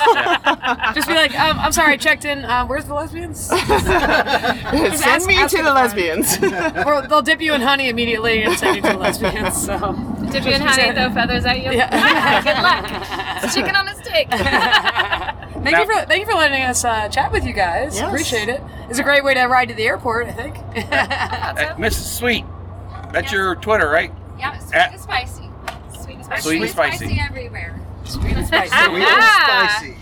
S2: Just be like, um, I'm sorry, I checked in. Um, where's the lesbians?
S1: Send
S2: ask-
S1: me
S2: ask
S1: to
S2: for
S1: the
S2: the
S1: lesbians.
S2: or they'll dip you in honey immediately and send you to the lesbians. So
S4: Did you and Honey throw feathers at you?
S2: Yeah.
S4: Good luck. It's chicken on a stick.
S2: thank you for thank you for letting us uh, chat with you guys.
S1: Yes.
S2: Appreciate it. It's a great way to ride to the airport. I think.
S3: At Mrs. Sweet. That's your Twitter, right?
S6: Yeah, sweet
S3: At-
S6: and spicy. Sweet and spicy.
S3: Sweet and spicy.
S6: everywhere.
S5: Sweet and spicy. Yep.
S4: I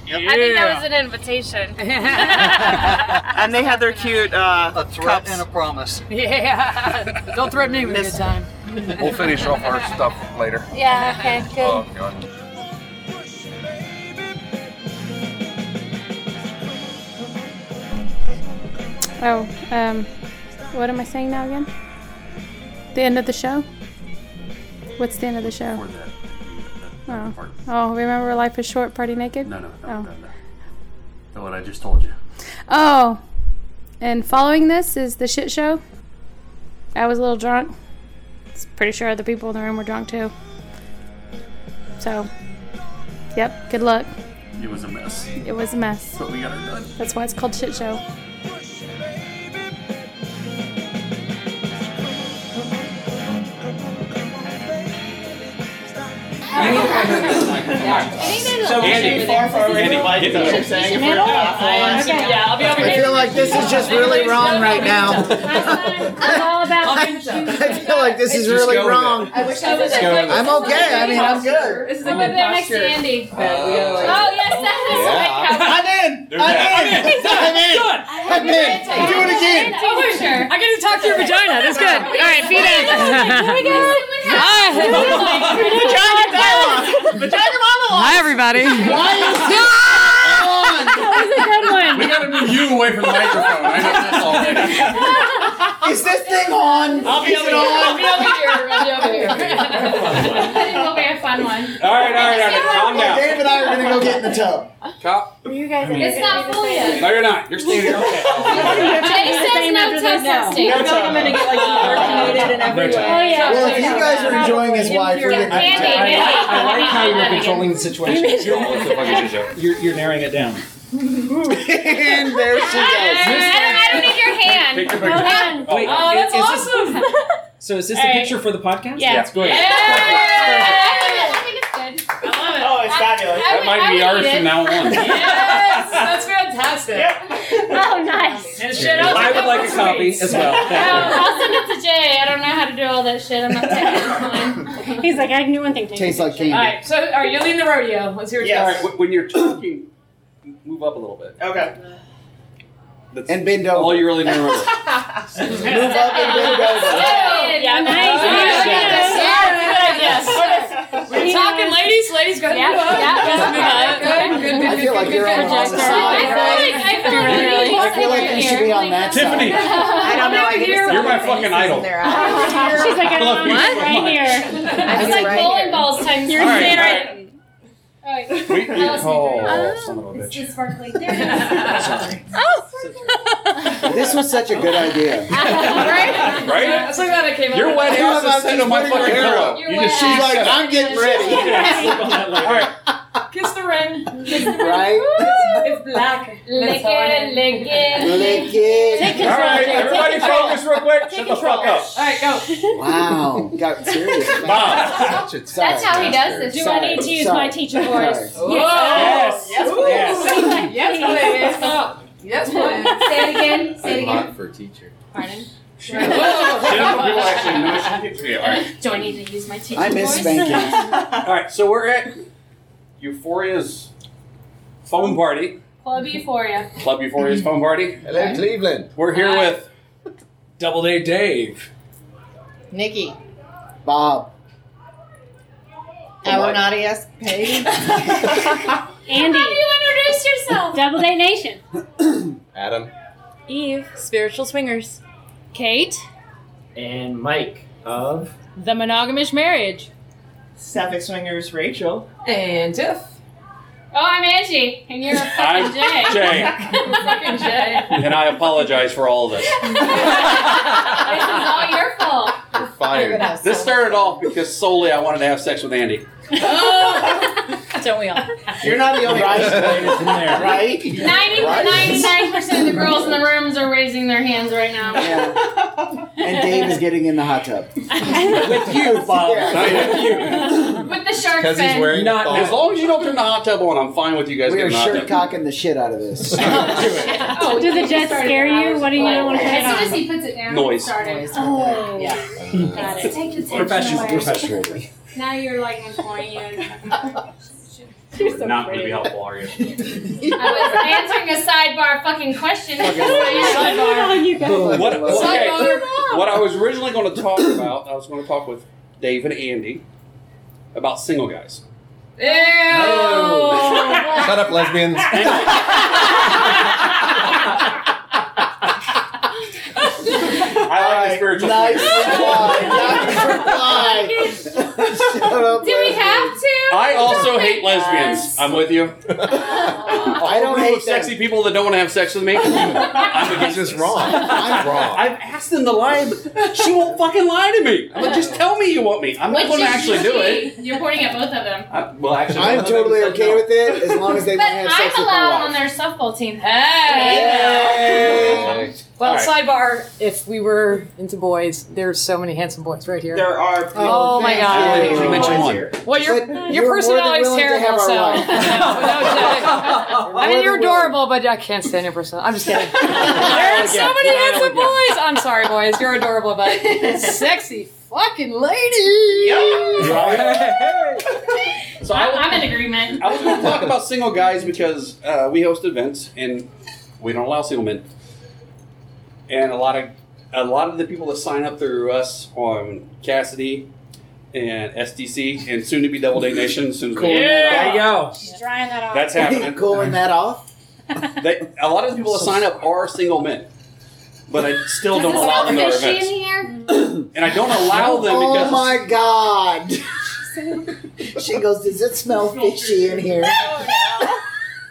S4: think that was an invitation.
S1: and they had their cute uh,
S5: A threat
S1: cups.
S5: and a promise.
S2: yeah. Don't threaten me with a good time.
S3: We'll finish off our stuff later.
S4: yeah, okay, good.
S3: Oh, God.
S7: Oh, um, what am I saying now again? The end of the show? What's the end of the show? Oh, oh remember Life is Short, Party Naked?
S8: No, no, no,
S7: Oh.
S8: no, no. No, what I just told you.
S7: Oh, and following this is the shit show. I was a little drunk. It's pretty sure other people in the room were drunk too. So, yep, good luck.
S8: It was a mess,
S7: It was a mess.
S8: but we got it done.
S7: That's why it's called Shit Show.
S1: So we
S9: Andy.
S1: should be far, far away
S9: Andy,
S1: from the mic, is
S9: get
S1: what
S9: that.
S1: I'm saying. If we're not,
S9: I am.
S10: Yeah, I'll be over
S9: I
S10: here.
S9: feel like this is just really wrong right now.
S4: I'm all about
S9: I feel like this is
S3: Just
S9: really
S3: go with
S9: wrong.
S10: I wish I was
S3: go with it.
S9: I'm okay. I mean, I'm good.
S10: This is a
S4: I'm over
S10: good
S4: there next to
S10: posture.
S4: Andy.
S10: Uh, we gotta, like-
S4: Oh yes, that is.
S9: I'm in.
S8: Do
S9: I'm
S8: that.
S9: in. I'm in. I'm in. Do it again.
S4: Oh, sure.
S10: I get to talk to your vagina. That's good. All right, feed in.
S2: Hi, everybody.
S8: We gotta move you away from the microphone. I know this already.
S9: Is this thing on?
S10: I'll be over here. I'll be over here. I'll be over here.
S4: I think we'll be a fun one.
S9: All right, all
S4: all right, calm
S8: down.
S9: Dave and I are gonna go get in the tub.
S3: Cop?
S7: You guys are
S4: It's not full yet.
S3: No, you're not. You're standing. Okay.
S4: Jay says no toe
S10: I
S4: testing.
S10: feel like I'm gonna get like indoctrinated in every way.
S4: Oh, yeah.
S9: Well, if you guys are enjoying his wife, we're gonna.
S4: Yeah,
S9: get in the
S4: Andy.
S9: tub.
S10: I, I like how you're controlling the situation.
S8: You're
S10: You're, you're narrowing it down.
S9: And there she
S4: I
S9: goes.
S4: don't, I don't need your hand.
S8: Take your picture.
S10: Wait,
S4: Oh, that's
S10: is, is this,
S4: awesome.
S10: so is this
S4: All
S10: the
S4: right.
S10: picture for the podcast?
S4: Yeah.
S10: That's great.
S4: Oh, I think it's good. I love
S1: Oh, it's
S4: I
S1: fabulous.
S8: That
S4: would-
S8: might
S4: I
S8: be
S4: would
S8: ours
S4: eat it.
S8: from now on.
S10: Yes,
S2: that's fantastic.
S4: it. Oh, nice.
S10: And shit, I'll I would like a copy as well.
S4: Oh,
S10: Thank you.
S4: I'll send it to Jay. I don't know how to do all that shit. I'm not taking one.
S7: He's like, I can do one thing.
S9: Tastes like
S7: All
S9: candy.
S7: right.
S2: so are you leading the rodeo? Let's hear
S1: Yes.
S3: All right, wh- when you're talking, move up a little bit.
S1: Okay.
S3: That's
S9: And bend over.
S3: all you really need to remember.
S9: Move up and bend over.
S4: Oh, Yeah, nice.
S2: Yes, yes,
S4: We're talking
S2: ladies. Ladies, go
S4: Yeah, yeah, yeah.
S2: Good, good,
S9: I
S2: good,
S9: feel
S2: good,
S9: like
S2: good,
S9: you're on
S2: good,
S9: the opposite
S2: good.
S9: side.
S4: I feel like I feel
S9: I
S4: like
S9: feel like you should be on that
S8: Tiffany.
S9: side.
S4: I
S10: don't know, I
S4: Over
S10: get
S4: here.
S8: You're my fucking idol.
S7: She's like, I
S8: Love
S7: don't
S8: you
S7: know,
S8: so
S7: right
S8: much.
S7: here.
S4: It's
S10: It's
S4: like
S10: right
S4: bowling
S10: here.
S4: balls times.
S7: You're
S4: three.
S7: saying
S4: All right.
S8: We,
S4: That was
S8: oh, son of a
S4: It's
S8: bitch.
S4: just sparkly. There it is.
S9: Oh. This was such a good idea.
S4: right?
S8: Right?
S2: So glad I came
S8: Your
S2: up.
S8: wet
S9: You
S8: ass
S9: have
S8: is sitting on my
S9: just put
S8: fucking
S9: your hair
S8: pillow.
S9: up.
S8: You just
S9: She's like, I'm getting ready.
S8: Alright.
S2: Kiss the ring.
S9: Right?
S2: It's black.
S4: Lick it, lick it.
S9: Lick it.
S8: Alright, everybody focus real quick. Shut the fuck up.
S2: All right, go.
S9: Wow. Got serious.
S8: Mom.
S9: Such a- sorry,
S4: That's how he does this.
S9: bastard.
S4: Do I need to use my
S9: Sorry.
S4: teacher voice?
S9: Sorry.
S8: Yes. Yes.
S2: Yes, please. Yes, please.
S4: Say it again. Say it again.
S8: for a teacher.
S4: Pardon.
S8: She doesn't people actually know she gets me. Alright.
S4: Do I need to use my teacher
S9: I miss
S4: voice?
S9: spanking.
S3: All right, so we're at Euphoria's phone party,
S4: Club Euphoria.
S3: Club Euphoria's phone party.
S9: Hello, Cleveland.
S3: We're here with
S10: Double Day Dave.
S11: Nikki,
S9: Bob.
S11: our naughty ass page.
S7: Andy,
S4: How do you introduce yourself?
S7: Double Day Nation.
S8: Adam.
S7: Eve, Spiritual Swingers.
S4: Kate,
S10: And Mike of.
S4: the monogamous marriage.
S10: Sapphic Swingers Rachel.
S2: And Tiff.
S4: Oh, I'm Angie, and you're a fucking
S3: I'm
S4: Jay.
S3: Jay,
S4: fucking Jay.
S3: and I apologize for all of this.
S4: This is all your fault.
S8: You're fired.
S3: This started off because solely I wanted to have sex with Andy.
S10: Don't we all?
S9: You're not the only
S10: Right
S9: right.
S10: from there.
S9: right?
S4: Ninety
S9: Right?
S4: ninety-nine percent of the girls in the rooms are raising their hands right now.
S9: Yeah. And Dave is getting in the hot tub.
S10: With you, Bob.
S9: Yeah.
S3: Not with you.
S4: With the shark fin.
S10: Not
S8: thong.
S10: now.
S3: As long as you don't turn the hot tub on, I'm fine with you guys
S9: We are
S3: getting hot
S9: sure
S3: tub.
S9: cocking the shit out of this.
S4: oh,
S7: Do the jets
S4: started
S7: scare you?
S4: hours
S7: What do you
S4: ago.
S7: not want to
S4: As soon
S7: put
S4: as
S7: on?
S4: he puts it down,
S3: Noise.
S4: it started.
S7: Oh.
S11: Yeah.
S4: Got it. Take the tension
S10: Professional.
S4: away.
S9: Frustrating.
S4: Now you're like employing you.
S10: You're so
S3: Not going
S10: pretty.
S3: to be helpful, are you?
S4: I was answering a sidebar fucking question.
S7: Put on you guys.
S3: What,
S9: Well,
S3: okay,
S2: Sidebar.
S3: what I was originally going to talk about, I was going to talk with Dave and Andy about single guys.
S2: Ew.
S8: Shut up, lesbians.
S3: I like the spiritual
S9: Nice
S3: flavor.
S9: reply. Nice reply. Shut up.
S4: Do we have to?
S3: I also hate lesbians. I'm with you.
S9: I don't
S3: group
S9: hate
S3: of sexy people that don't want to have sex with me. I'm against
S8: just
S3: this.
S8: wrong. I'm wrong.
S3: I've asked them to lie, but she won't fucking lie to me. I'm like, just tell me you want me. I'm not
S4: Which
S3: going to
S4: is
S3: actually do
S4: usually-
S3: it.
S4: You're pointing at both of them.
S3: I, well, actually, one
S9: I'm
S3: of them
S9: totally
S3: said
S9: okay
S3: no.
S9: with it as long as they
S4: But
S9: want to have sex
S4: I'm
S9: with my
S4: allowed on
S9: wife.
S4: their softball team. Hey.
S9: Yay!
S2: Well,
S3: All right.
S2: sidebar. If we were into boys, there's so many handsome boys right here.
S1: There are.
S2: Oh my
S9: thank
S2: God.
S9: you.
S3: Which one?
S2: Well, you're
S9: But
S2: you're your
S9: You're more than
S2: personality is
S9: willing to
S2: terrible,
S9: have our
S2: so.
S9: life.
S2: No, no,
S9: more
S2: I
S9: than
S2: mean, you're
S9: willing.
S2: adorable, but I can't stand your personality. I'm just kidding. There are so many handsome boys. I'm sorry, boys. You're adorable, but sexy fucking lady.
S3: So I,
S2: I'm,
S3: am
S2: I'm in agreement.
S3: I was going to talk about single guys because uh, we host events and we don't allow single men. And a lot of a lot of the people that sign up through us on Cassidy and SDC and soon to be Double Day Nation. Soon as we-
S9: go.
S4: She's drying that off.
S3: That's happening.
S9: Cooling that off.
S3: They, a lot of the people that sign up are single men, but I still don't allow them to our
S12: fishy in
S3: events.
S12: here?
S3: And I don't allow them
S9: oh
S3: because
S9: my god. she goes, Does it smell fishy in here?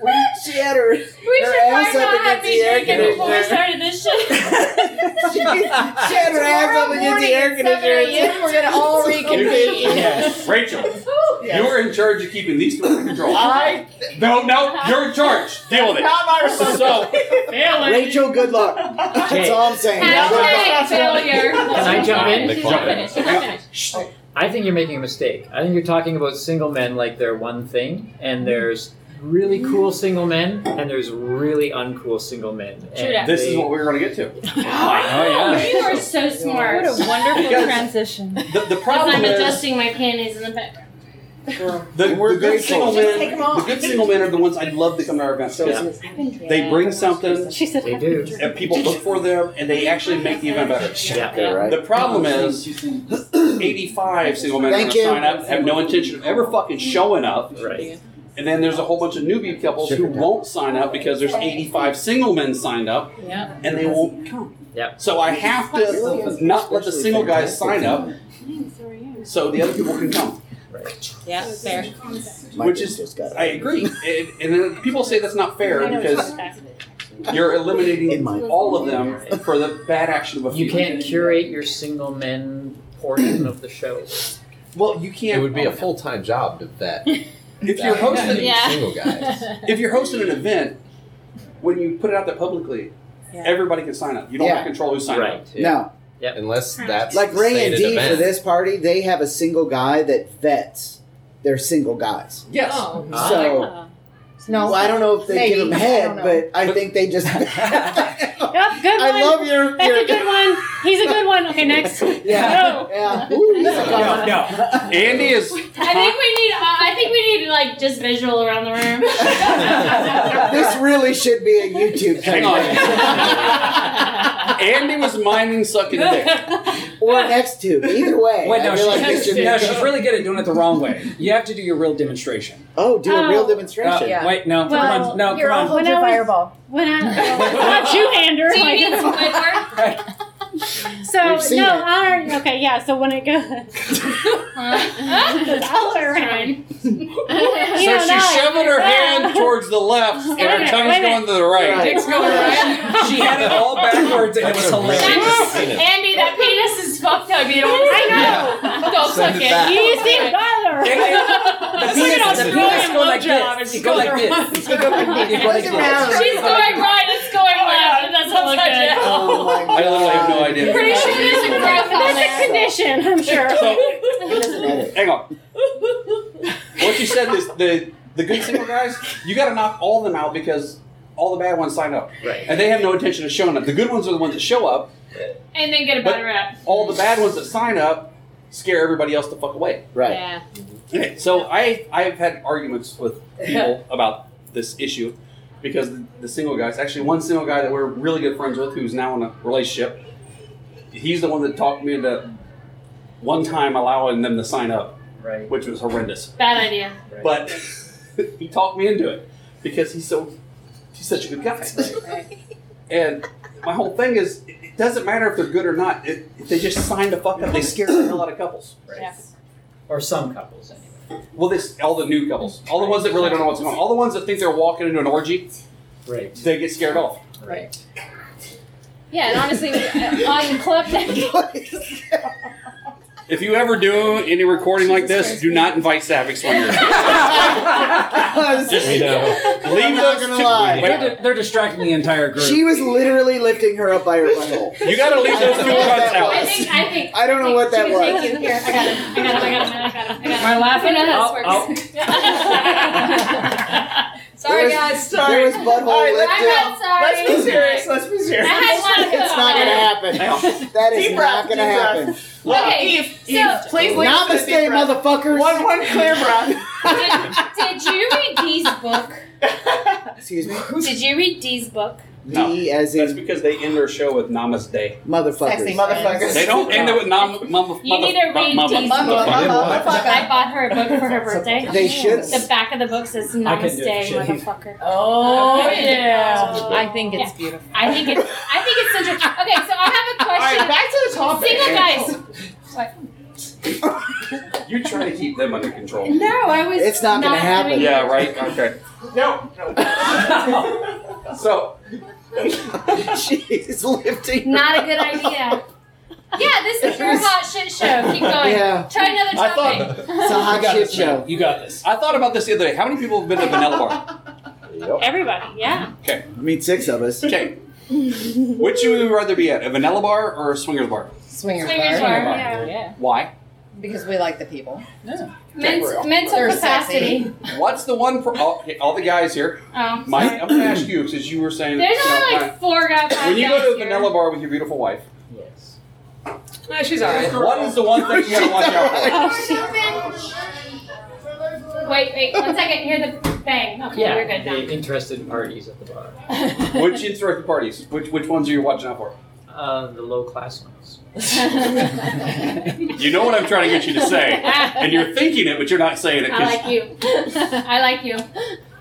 S9: When she had her,
S4: Oh, We
S9: her
S4: should
S9: ass
S4: probably
S9: up
S4: not have
S9: against
S4: been
S9: the air
S4: drinking before we
S9: conditioner.
S4: started this shit.
S9: she had her ass up against the air conditioner.
S13: We're gonna all reconvene.
S3: Rachel, you are in charge of keeping these two under control.
S9: I-
S3: no, no, you're in charge. Deal with it.
S9: Not my
S3: So,
S9: responsibility. Rachel, good luck. That's
S14: Hey.
S9: all I'm saying.
S2: Hashtag failure.
S14: Can I jump in?
S2: Jump in. Finish.
S14: I think you're making a mistake. I think you're talking about single men like they're one thing, and there's really cool single men, and there's really uncool single men.
S4: True
S14: And
S4: that.
S3: this is
S14: they-
S3: what we were going to get to.
S14: Oh, yeah.
S4: You are so smart.
S2: What a wonderful
S4: Because-
S2: transition.
S3: The, the
S4: Because
S3: problem
S4: I'm
S3: is
S4: adjusting my panties in the background.
S3: the, the good single
S4: Just take
S3: men.
S4: 'em off.
S3: The good single men are the ones I love to come to our events. because
S4: I've been
S3: They bring something.
S4: She said,
S14: They do.
S3: And people look for them, and they actually make the event better.
S14: Yeah.
S3: The problem is, 85 single men are going
S9: Thank
S3: to
S9: you.
S3: sign up, have no intention of ever fucking showing up.
S14: Right.
S3: And then there's a whole bunch of newbie couples who won't sign up because there's 85 single men signed up,
S4: yeah.
S3: and they won't come.
S14: Yep.
S3: So I have to not let the single guys sign up, so the other people can come.
S4: Yeah, fair.
S3: Which is, I agree. And, and then people say that's not fair because you're eliminating all of them for the bad action of a few.
S14: You can't curate your single men portion of the show.
S3: Well, you can't. Oh,
S15: It would be a full time job to vet.
S3: If you're hosting,
S4: Yeah.
S15: single guys.
S3: if you're hosting an event, when you put it out there publicly, everybody can sign up. You don't
S9: Yeah.
S3: have control who signed up.
S9: No.
S15: Unless that's
S9: Like Ray and
S15: stated
S9: D for
S15: event.
S9: this party, they have a single guy that vets their single guys.
S3: Yes.
S4: Oh,
S9: So
S13: No,
S9: well, I don't know if they give him head, but I think they just.
S4: Yep, good
S9: I
S4: one.
S9: love your.
S4: That's
S9: your
S4: a good one. He's a good one. Okay, next.
S9: Yeah.
S4: Go.
S9: Yeah. Ooh, that's a good one.
S3: Andy is.
S4: I think we need. Uh, I think we need like just visual around the room.
S9: This really should be a YouTube
S3: Hang
S9: channel.
S3: Andy was miming sucking dick.
S9: or next to. Either way.
S16: Wait, no,
S9: I feel like this
S16: she's,
S9: should be-
S16: no, she's really good at doing it the wrong way. You have to do your real demonstration.
S9: Oh, do a real
S4: Oh.
S9: demonstration.
S16: Uh, Wait, no, come
S4: Well,
S16: on, no,
S4: you're
S16: come
S4: all-
S16: on.
S4: When I was-
S2: fireball.
S4: When I not you, Andrew.
S2: Do you mean
S4: So
S2: We've seen
S4: no,
S2: it.
S4: I okay, yeah. So when it goes, all around.
S3: so she's shoving her hand towards the left and her
S4: Wait a
S3: tongue's
S4: minute,
S3: going to the right.
S4: Dick's going right.
S16: She had it all backwards and it was hilarious.
S2: Andy, that penis is fucked up. You don't want to
S4: I
S2: know. Don't
S16: Send
S2: suck
S16: it
S2: it.
S16: back.
S4: You see it bother.
S16: Yeah, The
S4: Look at all
S16: penis, the
S4: the
S16: penis go
S4: William
S16: like
S4: Lovejob
S16: this.
S4: and
S16: You go like this. You go like this. You go like this. Oh
S2: She's going right. It's going left. It doesn't look good.
S3: I literally have no idea.
S4: Oh Pretty sure there's a growth on There's a condition, I'm sure.
S3: Hang on. What you said is the the good single guys, you gotta knock all of them out because all the bad ones sign up.
S14: Right.
S3: And they have no intention of showing up. The good ones are the ones that show up.
S2: And then get a
S3: But-
S2: better rap.
S3: All the bad ones that sign up scare everybody else the fuck away.
S2: Yeah.
S3: Okay, so I I've had arguments with people about this issue because the, the single guys actually one single guy that we're really good friends with who's now in a relationship. He's the one that talked me into one time allowing them to sign up,
S14: right?
S3: Which was horrendous,
S4: Bad idea.
S3: but he talked me into it because he's so he's such a good guy. And my whole thing is it it doesn't matter if they're good or not. It, if they just sign the fuck up, they scare the hell out of couples.
S14: Or some couples. Anyway.
S3: Well, this all the new couples, all the ones that really don't know what's going on, all the ones that think they're walking into an orgy,
S14: right?
S3: They get scared off.
S2: Right.
S4: Yeah, and honestly, on club night,
S3: If you ever do any recording like this, do not invite Savage Swinger.
S9: I was-
S3: Just you know,
S9: Leave I'm not those gonna two- lie.
S16: They're, they're distracting the entire group.
S9: She was literally lifting her up by her butthole.
S16: You gotta leave those
S9: I don't
S16: two
S9: know what
S16: cunts
S9: that
S16: out.
S9: was.
S4: I think, I think.
S9: I don't know
S4: think
S9: what that
S4: she was
S9: was.
S4: thinking, Here, I got him. I got him. I got him. I got him. I got him.
S9: Am I laughing?
S4: I know how this
S9: I'll-
S4: works. sorry,
S9: There was-
S4: guys.
S9: There was butthole
S4: All right,
S9: lifted.
S4: I'm not sorry.
S9: Let's be serious. Let's be serious.
S4: I had one of
S9: it's not
S4: those.
S9: gonna happen. That is
S4: Deep
S9: not
S4: breath,
S9: gonna
S4: deep breath.
S9: happen.
S4: Okay, so-
S9: Namaste, motherfuckers. One, one clear breath.
S4: Did you read Dee's book?
S9: Excuse me.
S4: Did you read Dee's book?
S9: D as in.
S3: That's because they end their show with Namaste.
S9: Motherfuckers.
S3: They don't end it with nam. Mama,
S4: You need to read Dee's book. I bought her a book for her birthday.
S9: They should-
S4: The back of the book says
S9: I can do
S4: Namaste,
S9: it, Jenny.
S4: motherfucker.
S13: Oh,
S4: Okay.
S13: yeah.
S4: Oh.
S13: I think it's
S4: Yeah.
S13: beautiful.
S4: I think it's. I think it's central. Okay, so I have a question.
S13: All right,
S4: back to the
S13: topic.
S4: Single guys. What?
S3: You try to keep them under control.
S4: No, I was.
S9: It's not gonna happen.
S4: doing-
S3: Yeah, right? Okay.
S9: No.
S3: So.
S9: she is lifting.
S4: Not a good idea. Yeah, this is your hot shit show. Keep going.
S3: Yeah.
S4: Try another
S3: I
S4: topic.
S3: thought-
S4: Oh.
S9: It's a hot shit show.
S3: You got this. I thought about this the other day. How many people have been to Vanilla Bar?
S4: Everybody, yeah.
S3: Okay. I
S9: mean, six of us.
S3: Okay. Which would you rather be at, a Vanilla Bar or a Swingers Bar?
S17: Swingers,
S4: Swingers
S17: bar.
S4: bar, yeah.
S3: Why?
S17: Because we like the people. Yeah.
S4: Men- mental
S17: They're
S4: capacity.
S17: sexy.
S3: What's the one? Pro- all, okay, all the guys here.
S4: Oh,
S3: Mike,
S4: sorry.
S3: I'm gonna ask you because you were saying
S4: There's
S3: you know,
S4: only
S3: all right.
S4: like four guys.
S3: when you go to a Vanilla Bar with your beautiful wife.
S13: No, she's all right.
S3: What is the one thing you gotta watch out for?
S4: Wait, wait, one second. Hear the bang. Okay,
S14: yeah,
S4: we're good now.
S14: the interested parties at the bar.
S3: which interested parties? Which which ones are you watching out for?
S14: Uh, the low class ones.
S3: You know what I'm trying to get you to say, and you're thinking it, but you're not saying it.
S4: I
S3: 'cause-
S4: like you. I like you.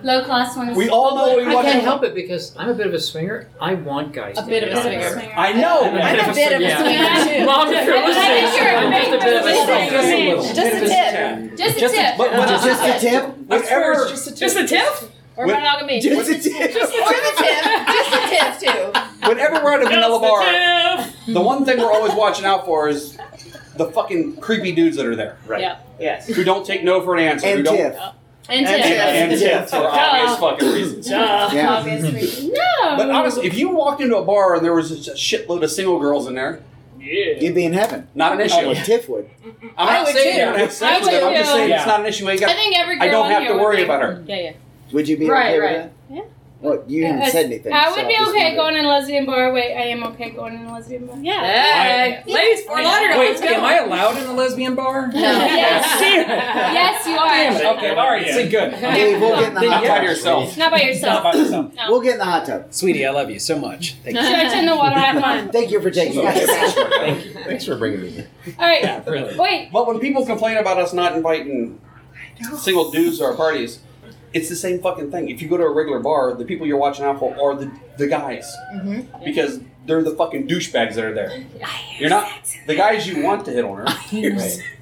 S4: Low class ones.
S14: We all
S3: know we
S14: I
S3: want
S14: can't
S3: to-
S14: help it because I'm a bit of a swinger. I want guys.
S4: A
S14: to
S4: bit
S14: get
S4: of a
S14: on there.
S4: swinger.
S3: I know.
S14: I'm a bit of a swinger, yeah.
S4: too.
S14: Mom, if you're
S4: I
S14: listening,
S4: think you're a
S14: I'm just a bit of a
S4: big
S14: swinger.
S4: swinger.
S14: Just a
S4: tip. Just a tip.
S3: But, but it's
S4: Just a
S9: tip.
S3: Whatever.
S13: Just a tip. Just a tip?
S4: Or
S3: What-
S4: monogamy.
S3: Just a tip.
S4: Just a tip. Just a tip too.
S3: Whenever we're at a vanilla bar, the one thing we're always watching out for is the fucking creepy dudes that are there. Right.
S13: Yep.
S1: Yes.
S3: Who don't take no for an answer. who
S9: And
S3: don't,
S9: Tiff.
S3: And,
S4: And tip.
S3: and
S9: Yeah.
S3: Tiff for obvious fucking reasons.
S9: Yeah.
S4: No.
S3: But honestly, if you walked into a bar and there was just a shitload of single girls in there,
S9: You'd be in heaven.
S3: Not an issue.
S9: Oh, Tiff would.
S3: I'm
S9: I
S3: not
S9: would
S3: saying
S9: too.
S3: you're gonna have
S9: I
S3: sex
S9: would
S3: with them. I'm just
S9: too.
S3: saying
S9: Yeah.
S3: it's not an issue. I, got,
S4: I think every girl
S3: I don't
S4: in
S3: have
S4: here
S3: to
S4: would
S3: worry
S4: be-
S3: about her.
S4: Yeah, yeah.
S9: Would you be
S4: Right,
S9: okay
S4: right.
S9: with that? Well, you haven't
S4: Uh,
S9: said anything.
S4: I
S9: so
S4: would be
S9: just
S4: okay
S9: wondered.
S4: going in a lesbian bar. Wait, I am okay going in a lesbian bar. Yeah.
S13: Hey, ladies, Fort Lauderdale,
S16: Wait,
S13: let's go.
S16: am I allowed in a lesbian bar? No.
S4: Yes.
S16: Damn it.
S4: Yes, you are.
S16: Damn it. Okay, all right, see, good.
S9: Dave, we'll get in the
S16: Then
S9: hot
S16: yeah.
S9: tub.
S4: Not by yourself.
S16: Not by yourself.
S4: No.
S9: We'll get in the hot tub.
S16: Sweetie, I love you so much. Thank you.
S4: Judge in the water, have fun.
S9: Thank you for taking
S3: Okay.
S9: us.
S3: Thanks for bringing me here.
S4: All right. Wait.
S3: But when people complain about us not inviting single dudes to our parties, it's the same fucking thing. If you go to a regular bar, the people you're watching out for are the, the guys. Because they're the fucking douchebags that are there. You're not the guys you want to hit on her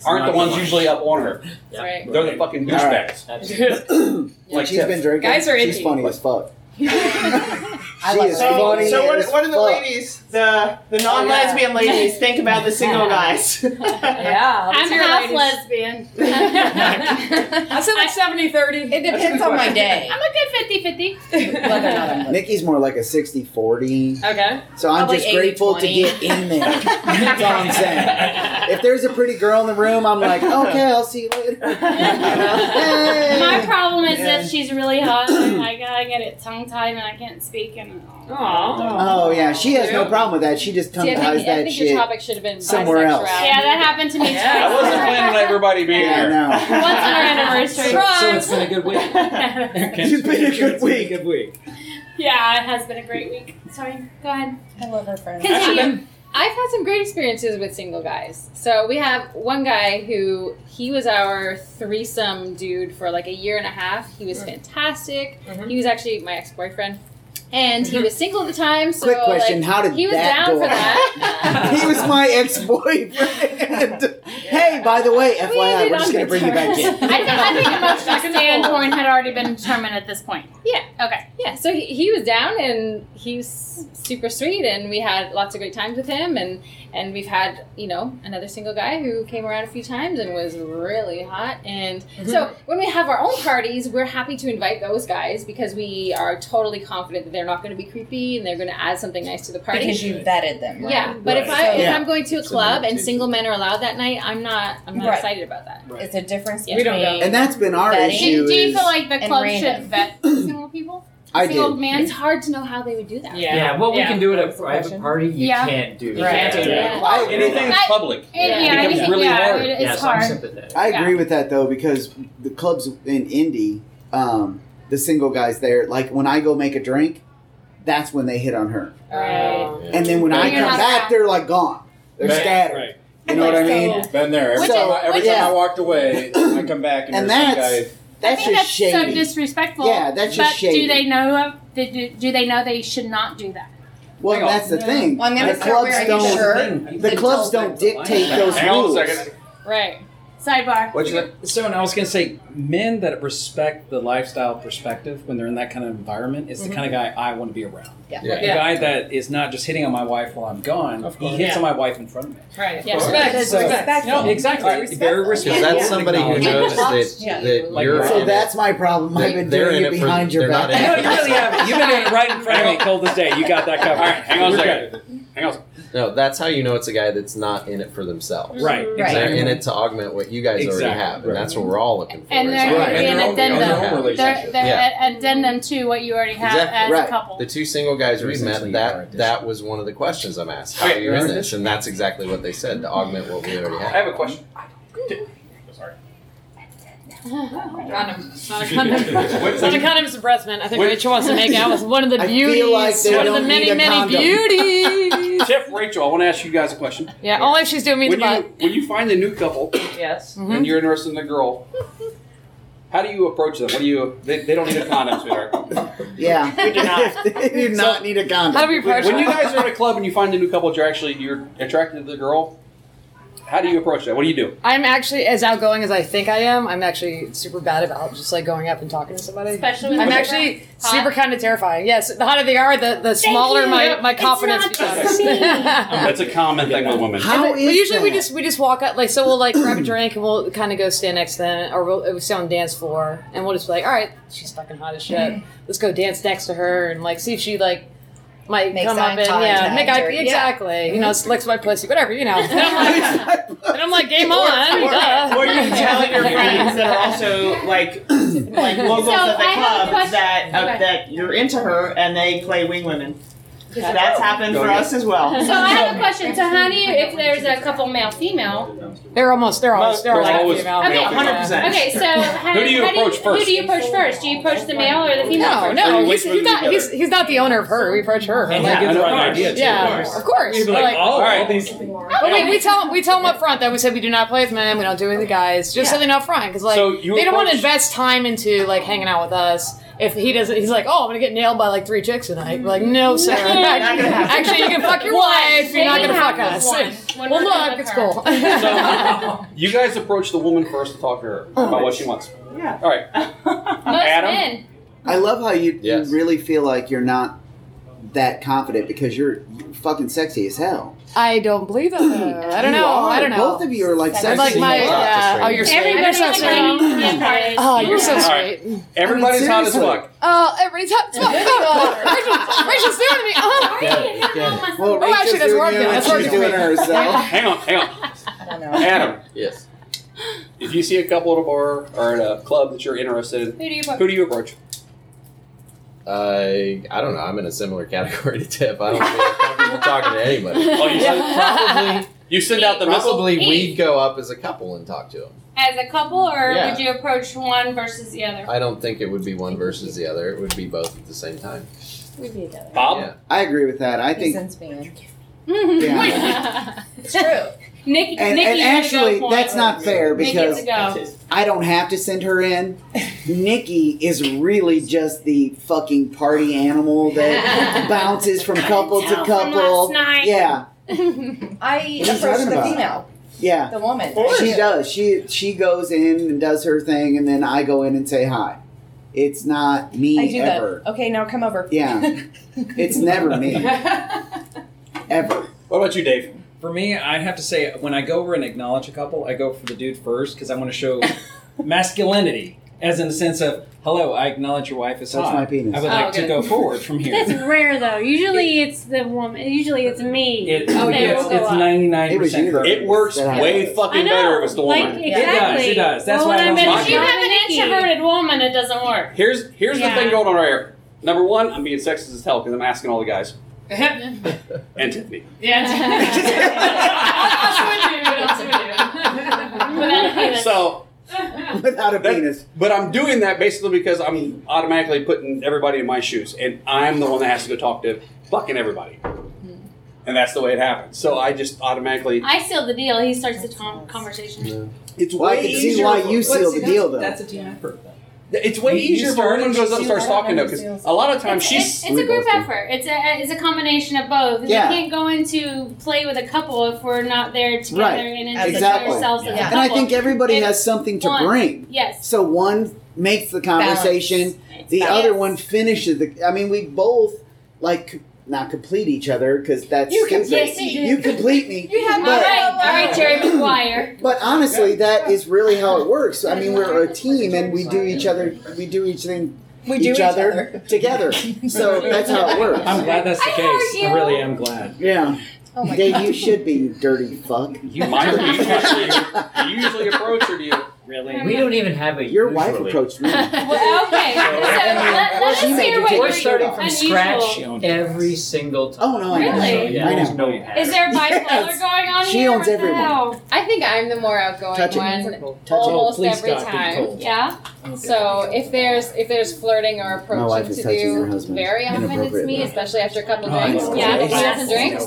S3: aren't the ones usually up on her.
S13: Right.
S3: They're the fucking douchebags.
S9: Like she's been drinking.
S13: Guys are
S9: She's
S13: icky.
S9: funny as fuck. she
S13: like
S9: is
S13: that.
S9: funny
S13: So
S1: what-
S9: as
S1: what are the
S9: fuck.
S1: ladies, the the non-lesbian ladies, think about the single guys.
S13: Yeah.
S4: I'm
S13: let's hear it,
S4: half
S13: ladies.
S4: lesbian.
S13: I said like 70 30. It
S9: depends on my day.
S4: I'm a good 50 50.
S9: Nikki's more like a 60 40.
S13: Okay.
S9: So I'm
S13: Probably
S9: just grateful
S13: 80-20.
S9: to get in there. That's all I'm saying. If there's a pretty girl in the room, I'm like, okay, I'll see you later.
S4: My problem is
S9: Yeah.
S4: if she's really hot, I'm like, I get it tongue tied and I can't speak. And
S9: Oh yeah, she has no problem with that. She just tongue
S4: See, I think-
S9: ties
S4: I
S9: that
S4: think your
S9: shit
S4: topic should have been
S9: somewhere else.
S4: yeah, that happened to me too.
S3: I wasn't planning on everybody being here.
S9: No.
S4: Once on our anniversary.
S16: So, so it's been a good week. it's been a good week. Good week.
S4: Yeah, it has been a great week. Sorry, go ahead.
S17: I love her friends.
S4: Continue.
S17: I've had some great experiences with single guys. So we have one guy who he was our threesome dude for like a year and a half. He was
S4: Mm.
S17: fantastic.
S4: Mm-hmm.
S17: He was actually my ex boyfriend, and he was single at the time. So
S9: Quick question,
S17: like,
S9: how did
S17: he was
S9: that
S17: down
S9: go
S17: for
S9: out?
S17: that?
S9: he was my ex-boyfriend. Hey, by the way,
S4: We
S9: FYI,
S4: ended
S9: we're just going
S4: on
S9: to
S4: good
S9: bring you back
S4: terms.
S9: in.
S4: I think, I think emotional
S17: Fucking
S4: standpoint had already been determined at this point.
S17: Yeah.
S4: Okay.
S17: Yeah, so he, he was down and he was super sweet, and we had lots of great times with him, and and we've had you know another single guy who came around a few times and was really hot, and
S4: Mm-hmm.
S17: so when we have our own parties, we're happy to invite those guys because we are totally confident that they're not going to be creepy and they're going to add something nice to the party
S16: Because you vetted them, right?
S17: Yeah, but if I
S16: Right.
S17: if
S16: Yeah.
S17: I'm going to a
S16: It's a
S17: club and
S16: limitation.
S17: single men are allowed that night, I'm not I'm not
S16: Right.
S17: excited about that.
S16: It's a difference
S17: Yeah.
S16: between.
S17: We don't know.
S9: And that's been our
S17: Betting.
S9: issue.
S17: Do you feel
S9: is-
S17: like
S4: The
S17: And
S4: club
S17: random.
S4: should vet single people.
S9: I
S4: single
S9: did.
S4: man.
S17: It's hard to know how they would do that.
S14: Yeah, what we can do at a private party, you
S4: Yeah.
S14: can't do.
S4: You can't do
S9: it. Right. Anything that's
S4: public. Yeah. Yeah,
S14: It
S4: anything-
S14: becomes really
S4: yeah,
S14: hard.
S4: it- it's
S14: Yes, I'm
S4: hard.
S14: sympathetic.
S9: I agree with that though because the clubs in Indy, um, the single guys there, like when I go make a drink, that's when they hit on her,
S4: Right.
S9: and then when
S4: But
S9: I
S4: you're
S9: come
S4: not
S9: back, they're like gone, they're
S18: Right,
S9: scattered. You know what I mean?
S18: Been there. Every
S9: So,
S18: time, I, every
S9: yeah.
S18: time I walked away, I come back and,
S9: And
S18: there's some
S9: that's-
S18: guy.
S9: That's
S4: I think
S9: just
S4: that's so
S9: shady.
S4: disrespectful.
S9: Yeah, that's
S4: but
S9: just shady.
S4: do they know? of- they- Do, do they know they should not do that?
S9: Well, that's the thing.
S4: Well, I'm gonna
S9: the
S4: start
S9: clubs
S4: wearing a
S9: don't.
S4: shirt.
S9: The clubs don't dictate those
S3: Hang on a
S9: rules.
S3: second.
S4: Right. Sidebar.
S3: So, and I was going to say, men that respect the lifestyle perspective when they're in that kind of environment is the
S4: Mhm.
S3: kind of guy I want to be around.
S4: Yeah.
S3: The guy that is not just hitting on my wife while I'm gone, he hits
S18: Yeah.
S3: on my wife in front of me.
S16: Right.
S3: Yeah. Respect.
S16: There's
S3: So-
S16: respect.
S3: No, exactly. Very respectful.
S15: Because that's somebody who knows that, that you're
S9: so
S15: in
S9: that's my problem. I've been
S15: They're
S9: doing
S15: in
S9: it
S15: it for-
S9: behind your
S15: they're not
S9: back.
S15: in it
S3: No, you really haven't. You've been doing it right in front of me, cold as day. You got that covered. All right,
S15: hang on a
S3: second. Hang on.
S15: it. No, that's how you know it's a guy that's not in it for themselves.
S3: Right,
S4: Mm-hmm.
S15: They're
S3: exactly.
S15: in it to augment what you guys already
S3: Exactly,
S15: have, and
S3: right.
S15: that's what we're all looking for.
S4: And
S15: is
S4: there
S15: what
S4: could be
S15: you
S4: an
S15: already have.
S4: addendum. There, there
S15: Yeah.
S4: an addendum to what you already have as a couple.
S15: The two single guys we
S3: You're
S15: met, that that was one of the questions I'm asked. How
S3: Okay,
S15: are you
S3: you're
S15: in
S3: in
S15: this? And that's exactly what they said to augment what we already
S19: I
S15: had.
S19: have a question. Sorry.
S2: Condom. It's not a
S15: condom.
S2: It's not a condom, it's a breast mint. I think
S19: What-
S2: Rachel wants to make out with one of the
S19: I feel
S2: beauties.
S19: like they
S2: one of the
S19: don't
S2: many,
S19: need a
S2: many
S19: condom.
S2: beauties.
S3: Chef Rachel, I want to ask you guys a question.
S2: Yeah, only if she's doing me the Mm-hmm.
S3: When you,
S2: butt.
S3: when you find a new couple
S2: Yes.
S3: and you're interested in the girl, how do you approach them? What do you? They, they don't need a condom, sweetheart.
S9: Yeah.
S3: We do not.
S9: They do not need a condom.
S3: when, when you guys are at a club and you find a new couple, you're actually you're attracted to the girl. How do you approach that? What do you do?
S2: I'm actually as outgoing as I think I am. I'm actually super bad about just like going up and talking to somebody.
S4: Especially when
S2: I'm
S4: they're
S2: actually
S4: hot.
S2: super kind of terrifying. Yes, the hotter they are, the, the smaller
S4: you.
S2: my, my
S4: It's
S2: confidence
S4: not
S2: becomes.
S4: just me.
S3: That's a common thing with women.
S2: And then- but usually we just we just walk up like so we'll like grab a drink and we'll kind of go stand next to them or we'll, we'll sit on the dance floor and we'll just be like all right she's fucking hot as shit let's go dance next to her and like see if she like might
S16: Makes
S2: come
S16: eye
S2: up and yeah
S16: contact
S2: make eye
S16: or- yeah.
S2: exactly you know selects my pussy whatever you know and I'm like, and I'm like game on
S1: Or,
S2: duh.
S1: or you tell your friends that are also like like locals
S4: So,
S1: at the
S4: I have a
S1: club
S4: question.
S1: that uh,
S4: Okay.
S1: that you're into her and they play wing women.
S4: Yeah.
S1: That's happened
S4: Go
S1: for
S4: ahead.
S1: us as well.
S4: So I have a question. So how do you, if there's a couple male female?
S2: they're almost they're almost they're,
S1: They're
S2: almost
S1: always
S2: female.
S1: male Okay. female.
S4: Okay, so how,
S2: Who do you
S4: how
S2: approach
S4: Who
S2: first?
S4: do you approach first? Do you approach the male or the female?
S2: No,
S4: first?
S2: no, he's, he's not. He's, he's not the owner of her. We approach her.
S3: And
S2: Like,
S3: that gives
S2: of
S3: her an
S2: course.
S3: idea, too.
S2: Yeah,
S3: Of course.
S2: of course.
S3: You'd be
S2: We're
S3: like, oh, all right.
S2: these. But we, we tell them we tell them up front that we said we do not play with men. We don't do it with the guys. Just so they know up front because like
S3: So
S2: they
S3: you
S2: don't want to
S3: approach-
S2: invest time into like hanging out with us. If he doesn't, he's like, oh, I'm gonna get nailed by like three chicks tonight. We're like, no, sir.
S4: Not gonna happen.
S2: Actually, you can fuck your
S4: One.
S2: wife. You're not
S4: Maybe
S2: gonna fuck
S4: half of
S2: us.
S4: one. When
S2: Well,
S4: we're done
S2: look,
S4: with
S2: it's
S4: her.
S2: cool.
S3: You guys approach the woman first to talk to her
S2: Oh
S3: about what she wants.
S1: Yeah.
S3: All right. Adam?
S9: I love how you, you really feel like you're not that confident because you're fucking sexy as hell.
S2: I don't believe that. though. I don't
S9: You
S2: know.
S9: are.
S2: I don't know.
S9: Both of you are like sexy.
S2: I'm like my, yeah. oh, you're sweet. You're
S4: Everybody's
S2: so
S4: like my
S2: sweet.
S4: Indian party.
S2: Oh, you're so
S3: All
S2: sweet.
S3: right. Everybody's hot as
S9: seriously.
S3: fuck.
S2: Oh, everybody's hot. Rachel, Rachel's staring at me. Oh,
S9: Well,
S2: Oh, actually,
S9: Rachel's
S2: that's
S9: doing
S2: working.
S9: you and
S2: That's
S9: she's
S2: working.
S9: doing her herself.
S3: Hang on, hang on. Adam.
S15: Yes.
S3: If you see a couple at a bar or at a club that you're interested in,
S4: Who do you approach?
S3: who do you approach?
S15: I I don't know. I'm in a similar category to Tip. I don't feel comfortable talking to anybody.
S3: Oh, you said
S15: probably
S3: you send out the missile?
S15: probably we go up as a couple and talk to them.
S4: As a couple, or
S15: Yeah.
S4: would you approach one versus the other?
S15: I don't think it would be one versus the other. It would be both at the same time.
S4: We'd be together.
S3: Bob,
S9: I agree with that. I think, and, Yeah.
S4: it's true. Nikki,
S9: and
S4: Nikki has a
S9: actually,
S4: go point.
S9: that's not fair because
S4: Nikki's a go.
S9: I don't have to send her in. Nikki is really just the fucking party animal that bounces from couple to
S16: Tell from
S9: couple.
S16: last night.
S9: Yeah,
S16: I
S9: What are you
S16: approached
S9: talking
S16: the
S9: about?
S16: female
S9: Yeah,
S13: The woman.
S9: She does. She she goes in and does her thing, and then I go in and say hi. It's not me
S13: I do
S9: ever.
S13: that. Okay, now come over.
S9: Yeah, it's never me ever.
S16: What about you, Dave? For me, I have to say, when I go over and acknowledge a couple, I go for the dude first because I want to show masculinity, as in the sense of, hello, I acknowledge your wife as
S9: Touch
S16: hot.
S9: my penis.
S16: I would
S9: Oh,
S16: like to
S9: good.
S16: go forward from here.
S4: That's rare though. Usually it's the woman. Usually it's me.
S16: It-
S3: oh,
S4: that
S16: it's,
S4: will go
S16: it's
S4: up.
S16: 99% correct.
S3: It works way fucking
S4: I know,
S3: better if it's the
S4: like,
S3: woman.
S4: exactly.
S16: It does, it does. That's
S4: well,
S16: why
S4: when
S16: I
S4: I'm
S16: don't
S4: in-
S16: mind
S4: If you
S3: it.
S4: have an introverted woman, it doesn't work.
S3: Here's here's
S4: Yeah.
S3: the thing going on right here. Number one, I'm being sexist as hell because I'm asking all the guys and Tiffany. So
S9: without a penis.
S3: But I'm doing that basically because I'm automatically putting everybody in my shoes, and I'm the one that has to go talk to fucking everybody. And that's the way it happens. So I just automatically.
S4: Hmm. I seal the deal. He starts the con- conversation.
S3: It's
S9: Well, I
S3: way
S9: can see
S3: easier
S9: why
S3: for-
S9: you
S3: But
S9: sealed
S3: see,
S9: the deal,
S3: that's-
S9: though.
S16: That's a team effort, though.
S3: It's way
S16: You- you
S3: easier if a
S16: started
S3: woman goes up
S16: to
S3: and starts
S16: seal that,
S3: talking though,
S16: and
S3: because
S16: seals
S3: a lot of times
S4: It's-
S3: she's.
S4: it's, it's a group effort. It's a it's a combination of both.
S3: Yeah.
S4: You can't go into play with a couple if we're not there together
S9: Right.
S4: and enjoying
S9: Exactly.
S4: ourselves as a
S9: And
S4: couple.
S9: I think everybody has something to
S4: one.
S9: bring.
S4: Yes.
S9: So one makes the conversation, the
S4: Balance.
S9: other one finishes the. I mean, we both like c- not complete each other because that's
S4: You
S9: stupid.
S4: complete me.
S9: You complete me.
S4: You have
S9: but-
S4: all right, all right, Jerry Maguire.
S9: But honestly, that is really how it works. I mean, we're a team, and we do each other. We do each thing.
S13: We do each
S9: other together. So that's how it works.
S16: I'm glad that's the case. I
S9: argue.
S16: really am glad.
S9: Yeah.
S13: Oh my
S9: Dave,
S13: God.
S9: you should be you dirty fuck.
S16: You
S3: Mine, do you usually, do you usually approach or do you?
S16: Really?
S14: We don't even have a.
S9: Your wife approached me.
S4: well, okay. So let, let us
S14: She made
S4: hear
S14: it.
S4: what
S14: We're
S4: you're
S14: starting from
S4: unusual.
S14: scratch every single time.
S9: Oh no! I know.
S14: So, yeah,
S9: I know.
S14: there's no
S4: Is there a bipolar
S9: Yes.
S4: going on
S9: She
S4: here?
S9: owns
S4: or
S9: everyone.
S4: no?
S17: I think I'm the more outgoing
S9: Touch it.
S17: one
S9: it.
S17: almost
S9: Oh, please
S17: every
S9: God, be
S17: time.
S9: cold.
S17: Yeah. So if there's if there's flirting or
S9: My wife
S17: approaching
S9: is
S17: to
S9: touching her
S17: do,
S9: husband.
S17: very often it's me,
S9: Inappropriate.
S17: especially after a couple
S9: Oh, I
S17: drinks.
S9: know.
S17: Yeah,
S9: Yes.
S17: he doesn't drink,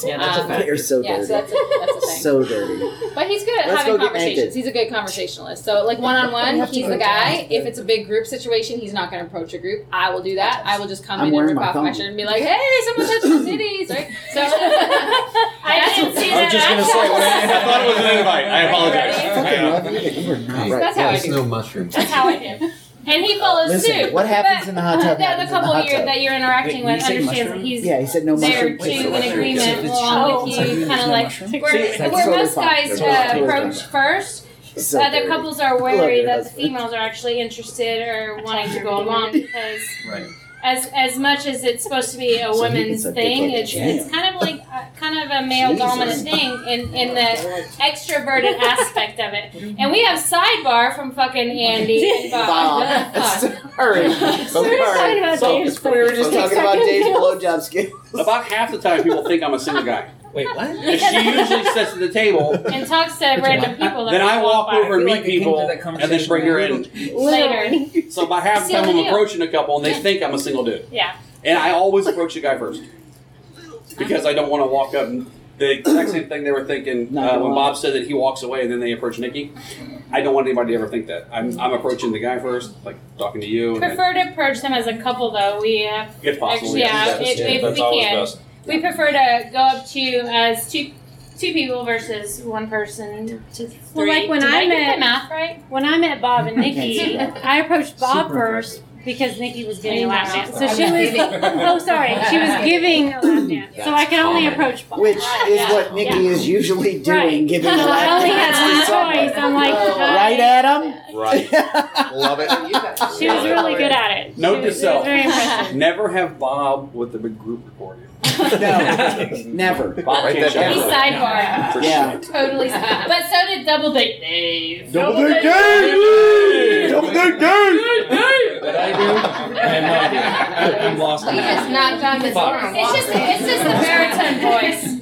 S17: so
S9: Yeah,
S17: that's a fact.
S9: You're so
S17: yeah,
S9: dirty.
S17: so that's a, that's a thing.
S9: so dirty.
S17: But he's good at
S9: Let's
S17: having
S9: go get naked.
S17: conversations. He's a good conversationalist. So like one on
S9: We
S17: one,
S9: have to
S17: he's
S9: go
S17: the guy. If it's a big group situation, he's not going to approach a group. I will do that. I will just come
S9: I'm
S17: in and
S9: wearing
S17: rip
S9: my
S17: off my
S9: thong.
S17: shirt and be like, "Hey, someone touched my titties!" Right? So
S4: I didn't see that.
S3: I thought it was an invite. I
S9: apologize. We're not right.
S4: That's how I
S20: There's
S4: do.
S20: no mushrooms.
S4: That's how I do. And he follows
S9: Listen,
S4: suit.
S9: what happens in the hot tub
S4: But The
S9: happens
S4: other
S9: in the
S4: couple
S9: hot
S4: you're,
S9: tub.
S4: that you're interacting
S9: Wait, you
S4: with
S9: say
S4: understands that
S9: mushroom?
S4: he's
S9: Yeah, he said no
S4: there
S9: mushroom.
S4: too
S9: Wait, so
S4: in
S9: mushroom.
S4: agreement
S9: It's
S4: along with
S9: just-
S4: you, kind of like
S9: See,
S4: where,
S9: that's
S4: where
S9: totally
S4: most
S9: fine.
S4: guys
S9: That's
S4: uh,
S9: totally fine.
S4: approach first.
S9: So
S4: other
S9: dirty.
S4: couples are
S9: Love
S4: wary
S9: your
S4: that the
S9: husband.
S4: females are actually interested or wanting to go along because
S9: Right.
S4: as as much as it's supposed to be
S9: So
S4: a
S9: he
S4: woman's
S9: gets a dick
S4: thing,
S9: like a
S4: it's,
S9: champ.
S4: it's kind of like uh, kind of a male
S9: Jesus.
S4: dominant thing in in the extroverted aspect of it. And we have sidebar from fucking Andy and Bob.
S9: Bob. Sorry.
S4: excited
S9: Sorry.
S4: about
S9: So,
S4: Dave's
S9: we were just talking about Dave's blowjob skills.
S3: About half the time, people think I'm a single guy.
S16: Wait, what?
S3: If she usually sits at the table,
S4: and talks to random people. That
S3: then
S4: are
S3: I walk
S4: qualified.
S3: over and meet people and then bring her in.
S4: later.
S3: So about half the
S4: Seal
S3: time,
S4: the
S3: I'm
S4: deal.
S3: approaching a couple and they think I'm a single dude.
S4: Yeah.
S3: And I always approach the guy first because I don't want to walk up. And the exact same thing they were thinking uh, when Bob said that he walks away and then they approach Nikki. I don't want anybody to ever think that. I'm, I'm approaching the guy first, like talking to you. And then,
S4: Prefer to approach them as a couple, though. We have
S3: if possible,
S4: Actually, yeah, if, if we can, we prefer to go up to you as two two people versus one person to three. Well, like when Did I I get met- the math right? When I met Bob and Nikki, Nikki, I approached Bob Super first because Nikki was I giving a know. lap dance. So I'm she not was. giving. Oh, sorry, she was giving a lap dance. So I could only approach Bob.
S9: Which is
S4: Yeah.
S9: what Nikki
S4: Yeah.
S9: is usually doing, giving a
S4: I
S9: lap
S4: only
S9: dance
S4: had
S9: to
S4: one
S9: someone.
S4: choice. I'm like,
S9: right,
S4: I-
S9: Adam?
S3: Right. Love it.
S4: She was really good at it. She
S3: Note
S4: was-
S3: to
S4: it was
S3: self:
S4: very impressive.
S3: never have Bob with the big group recorded.
S9: Never.
S3: Bob
S9: Write that
S3: can't
S9: down.
S3: shout
S4: He's
S3: for that.
S4: sidebar.
S3: For
S9: Yeah.
S3: sure.
S4: Totally. But so did Double Date Dave.
S9: Double
S4: Date
S9: Dave! Double Date
S4: Dave!
S16: That I do, and uh, I'm lost.
S17: he has not done this
S16: Fuck.
S17: wrong.
S4: It's just, it's just the baritone voice.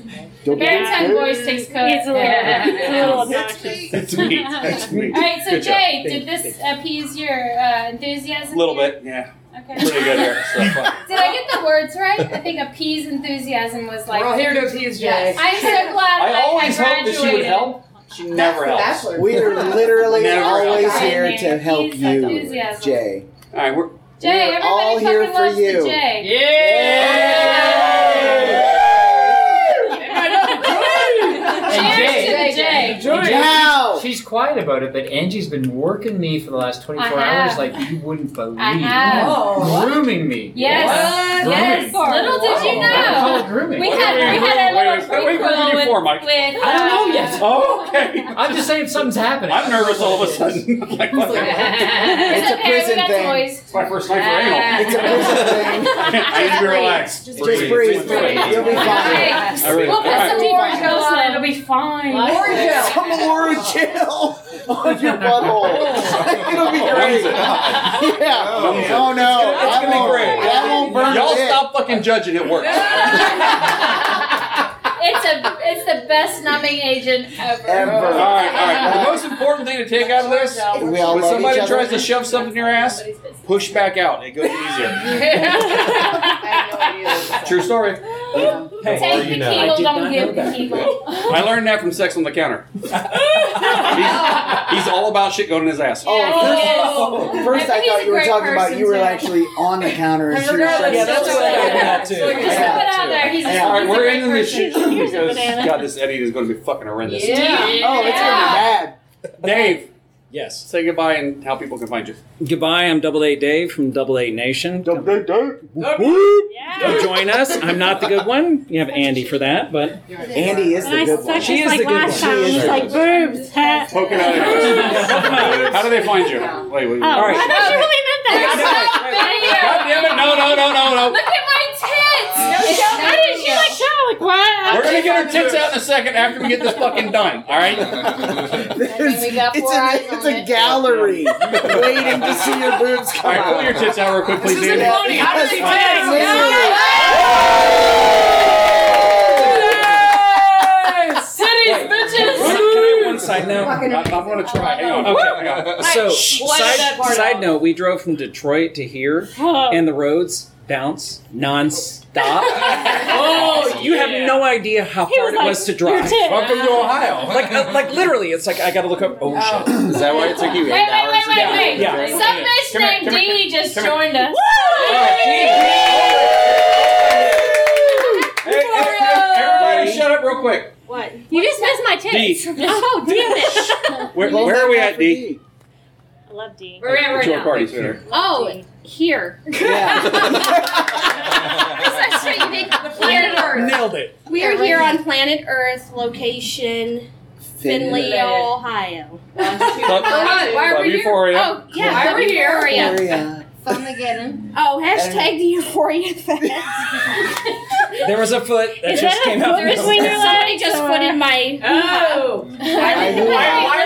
S4: The baritone voice takes code. It's a little, it's a little obnoxious.
S3: It's me. It's me.
S4: All right, so
S3: Good job.
S4: Jay, did this appease your uh, enthusiasm?
S3: A little bit, yeah.
S4: Okay.
S3: Pretty good here. So, fuck.
S4: Did I get the words right? I think appease enthusiasm was like.
S2: We're all here to appease Jay.
S4: Yes. I'm so glad I,
S3: I always
S4: I
S3: hoped that she
S4: graduated.
S3: would help. She never helps.
S9: We are literally
S3: Never
S9: always
S3: helps.
S9: here to help you,
S4: enthusiasm.
S9: Jay.
S3: All right, we're
S4: Jay, everybody
S9: all
S4: fucking
S9: here for
S4: loves
S9: you.
S4: the Jay.
S2: Yeah!
S4: Cheers to the Jay.
S9: Wow.
S14: She's quiet about it, but Angie's been working me for the last 24
S4: I have.
S14: hours like you wouldn't believe.
S4: I have. Whoa.
S14: Grooming me.
S4: Yes.
S14: What?
S4: Yes.
S14: Grooming.
S4: Little did you
S14: Wow. I call it
S4: know.
S14: grooming.
S4: We had we had a little
S14: Wait, wait, wait,
S4: prequel
S14: what did you for,
S4: with,
S14: Mike?
S4: with
S14: I don't know
S4: uh,
S14: yet.
S3: Oh, okay.
S14: I'm just saying something's happening.
S3: I'm nervous all of a sudden. like, what the
S4: It's a prison we got thing. toys.
S3: It's my first night for anal.
S4: It's a prison thing.
S3: I need to be relaxed. Just breathe.
S9: breathe. You'll be fine.
S3: I really-
S4: We'll put
S3: all right.
S4: some orange ghosts in it. It'll be fine.
S9: Orange gel. Some orange gel on your butthole. It'll be great. Yeah. Oh, no.
S3: Oh, It's
S9: I
S3: gonna be
S9: won't. I
S3: great.
S9: won't burn
S3: Y'all
S9: it.
S3: stop fucking judging. It works.
S4: It's a it's the best numbing agent ever.
S3: All right, all right. The most important thing to take out of this:
S9: We all love
S3: when
S9: each
S3: somebody
S9: other.
S3: tries to shove something in your ass, push back out. It goes easier. True story.
S4: Take the kegel, don't give the kegel.
S3: I learned that from Sex on the Counter. he's, he's all about shit going in his ass.
S9: Oh, first, first I, thought you were talking about you were actually on the counter and shooting shots.
S3: Yeah, that's what I got too.
S4: Just put it out there. He's a,
S3: all right,
S4: he's a
S3: we're
S4: great
S3: ending this
S4: person.
S3: shit because God, this edit is going to be fucking horrendous.
S9: Oh, it's gonna be bad.
S3: Dave.
S16: Yes.
S3: Say goodbye and how people can find you.
S16: Goodbye. I'm Double A Dave from Double A Nation. Double
S9: A Dave.
S16: Come join us. I'm not the good one. You have Andy for that, but
S9: Andy is the good one.
S16: She is the good one.
S3: last time. She's like,
S4: boobs, hat.
S3: Poking out your How do they find you? Wait, wait.
S4: Oh,
S3: all
S4: I
S3: right.
S4: thought you really meant
S3: God
S4: that.
S3: damn it! No, no, no, no, no.
S4: Look at my tits. Why did she like show? Like what?
S3: We're gonna get our tits out in a second after we get this fucking done. All right.
S9: It's, it's a, it's a gallery waiting to see your boobs come
S3: All right, pull
S9: out.
S3: your tits out real quick, please.
S9: isn't
S3: Andy.
S9: funny. How does he
S3: Yes,
S9: tits?
S3: literally.
S4: Cities, bitches.
S16: Can I have one side note?
S3: I'm gonna try. Hang on.
S16: Okay.
S3: Hang on.
S16: So,
S4: Shh. Why did that
S16: side,
S4: part
S16: side
S4: out?
S16: note, we drove from Detroit to here, and the roads bounce non-stop.
S4: Oh,
S16: you have no idea how
S4: He
S16: hard
S4: was
S16: it was to
S4: like,
S16: drive.
S4: "Your tits." Welcome to
S3: Ohio.
S16: like, uh, like literally, it's like I got to look up. Oh shit!
S21: Is that why it took you
S4: Wait, wait, wait, wait, wait.
S16: Yeah. Yeah.
S4: Some bitch
S16: Come here,
S4: named
S16: come here,
S4: Dee just
S16: come here.
S4: joined us. Oh,
S3: Hey, everybody, shut up real quick.
S4: What? You just missed my tits.
S3: Dee.
S4: Oh, damn it.
S3: Where, where are we at, D?
S4: I love D. We're at right
S3: It's your
S4: now.
S3: party sooner.
S4: Oh, here.
S13: That's right, you did. Planet Earth.
S16: Nailed it.
S13: We are here on planet Earth, location Findlay,
S4: Findlay.
S13: Ohio.
S4: Club- Why- why are Club we here? Euphoria.
S13: Oh, yeah,
S4: Why are we here?
S13: Euphoria. Oh, hashtag the Euphoria Fest.
S16: There was a foot that
S13: Is
S16: just
S13: that a
S16: came out.
S13: foot? There's we knew
S4: Somebody
S13: that, just so, uh, footed my-
S4: Oh.
S13: Why-
S4: why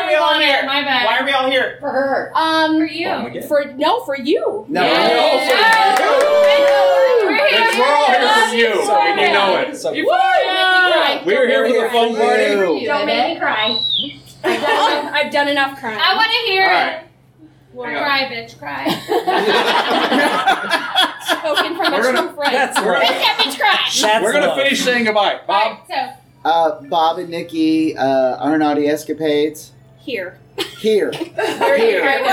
S4: are we all here? My bad. Why are we all
S22: here?
S13: For her. Um, for
S4: you. Oh, okay.
S13: For no, for you.
S4: No,
S13: Yeah.
S4: we're all for
S13: Oh,
S4: We're
S13: right.
S4: here.
S3: Bitch, we're all here for you, and you know it.
S13: Woo! Don't
S3: We were here for the phone party.
S13: make me cry. I've done- I've done enough crying.
S4: I want to hear
S3: All
S4: it.
S3: right. Hang on.
S4: Cry, bitch, cry.
S13: Spoken from
S3: We're
S13: a
S3: gonna-
S13: true friend.
S3: that's right.
S13: Make that bitch cry.
S3: We're gonna
S9: love.
S3: finish saying goodbye. Bob.
S13: So
S9: Uh, Bob and Nikki, uh, Arnauty Escapades,
S13: here.
S9: here.
S13: We're here.
S9: At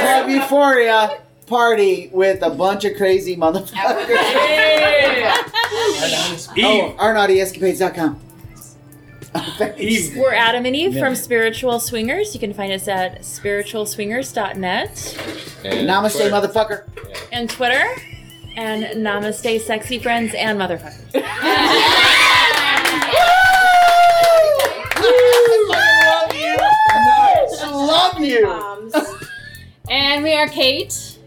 S9: Club Euphoria party with a bunch of crazy motherfuckers. Oh, ArnautyEscapades.com.
S23: We're Adam and Eve from Spiritual Swingers. You can find us at spiritualswingers.net
S9: Namaste, motherfucker.
S23: and Twitter and Namaste Sexy Friends and Motherfuckers.
S9: Love you.
S17: And we are Kate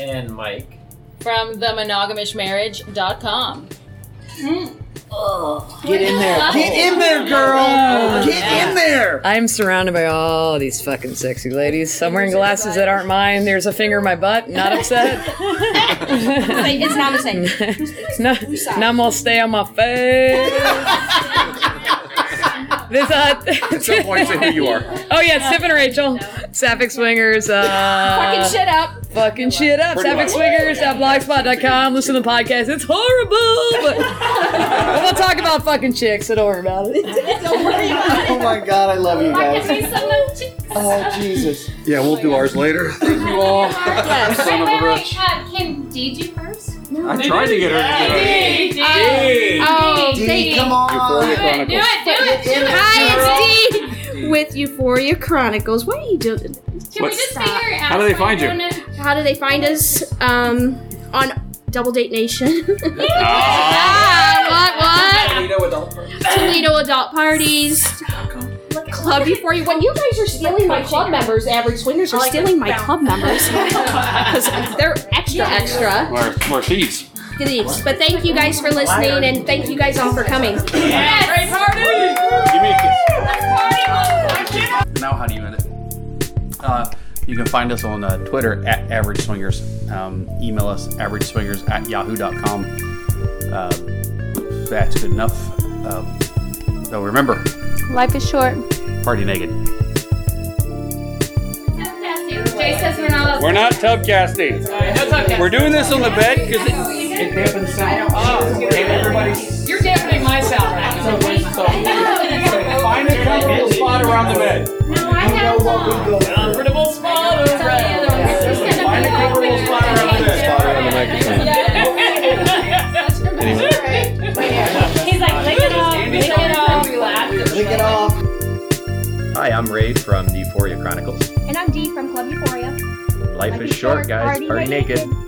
S14: And Mike.
S17: from themonogamishmarriage.com. Oh.
S9: Get in there. Get in there, girl. Get in there.
S2: I'm surrounded by all these fucking sexy ladies. Some wearing glasses that aren't mine. There's a finger in my butt. Not upset.
S13: it's not the same.
S2: No, now I'm gonna stay on my face. this uh,
S3: At some point, say who you are.
S2: Oh yeah, it's Tiff and Rachel. Sapphic Swingers. Uh,
S13: Fucking shit up.
S2: Fucking shit up.
S13: Pretty
S2: Sapphic
S13: much.
S2: Swingers at blogspot.com. Listen to the podcast. It's horrible, but but we'll talk about fucking chicks. So don't worry about it.
S9: Don't worry about it. Oh my god, I love you guys. Oh Jesus.
S24: Yeah, we'll do ours later. Thank you all. Son of a bitch.
S4: Uh, can Dee do first? No.
S24: I tried to get her to do
S4: Dee,
S24: it.
S4: Dee.
S24: Dee.
S4: Oh,
S24: Dee,
S4: Dee.
S24: come on.
S4: Do it, do it, do it.
S24: Euphoria
S4: Hi, it's Dee.
S13: with Euphoria Chronicles. What are you doing? Can
S4: we just figure it out?
S3: How do they find you?
S13: How do they find us? Um, on Double Date Nation.
S4: Ah,
S13: what? What? Toledo Adult Parties. Club Euphoria. When you guys are stealing my club members, average swingers are stealing my club members because they're extra, extra.
S3: More, more thieves.
S13: Thieves. But thank you guys for listening, and thank you guys all for coming.
S4: Yes!
S3: Give me a kiss.
S4: party!
S3: Now, how do you end it? Uh, you can find us on uh, Twitter at Average Swingers. Um, email us average swingers at yahoo.com. Uh, that's good enough. Um, so remember,
S25: Life is short.
S3: party naked.
S26: Jay says we're not.
S3: We're not tub casting. We're doing this on the bed because it dampens sound.
S2: You're dampening my sound.
S3: Find a comfortable spot around the bed.
S4: No, I have one.
S3: Comfortable spot
S4: around the bed. Find a comfortable spot around the bed. He's like, lick it off, lick it off.
S17: Lick it off.
S16: Hi, I'm Ray from the Euphoria Chronicles.
S27: And I'm Dee from Club Euphoria.
S16: Life is short, guys. Party naked.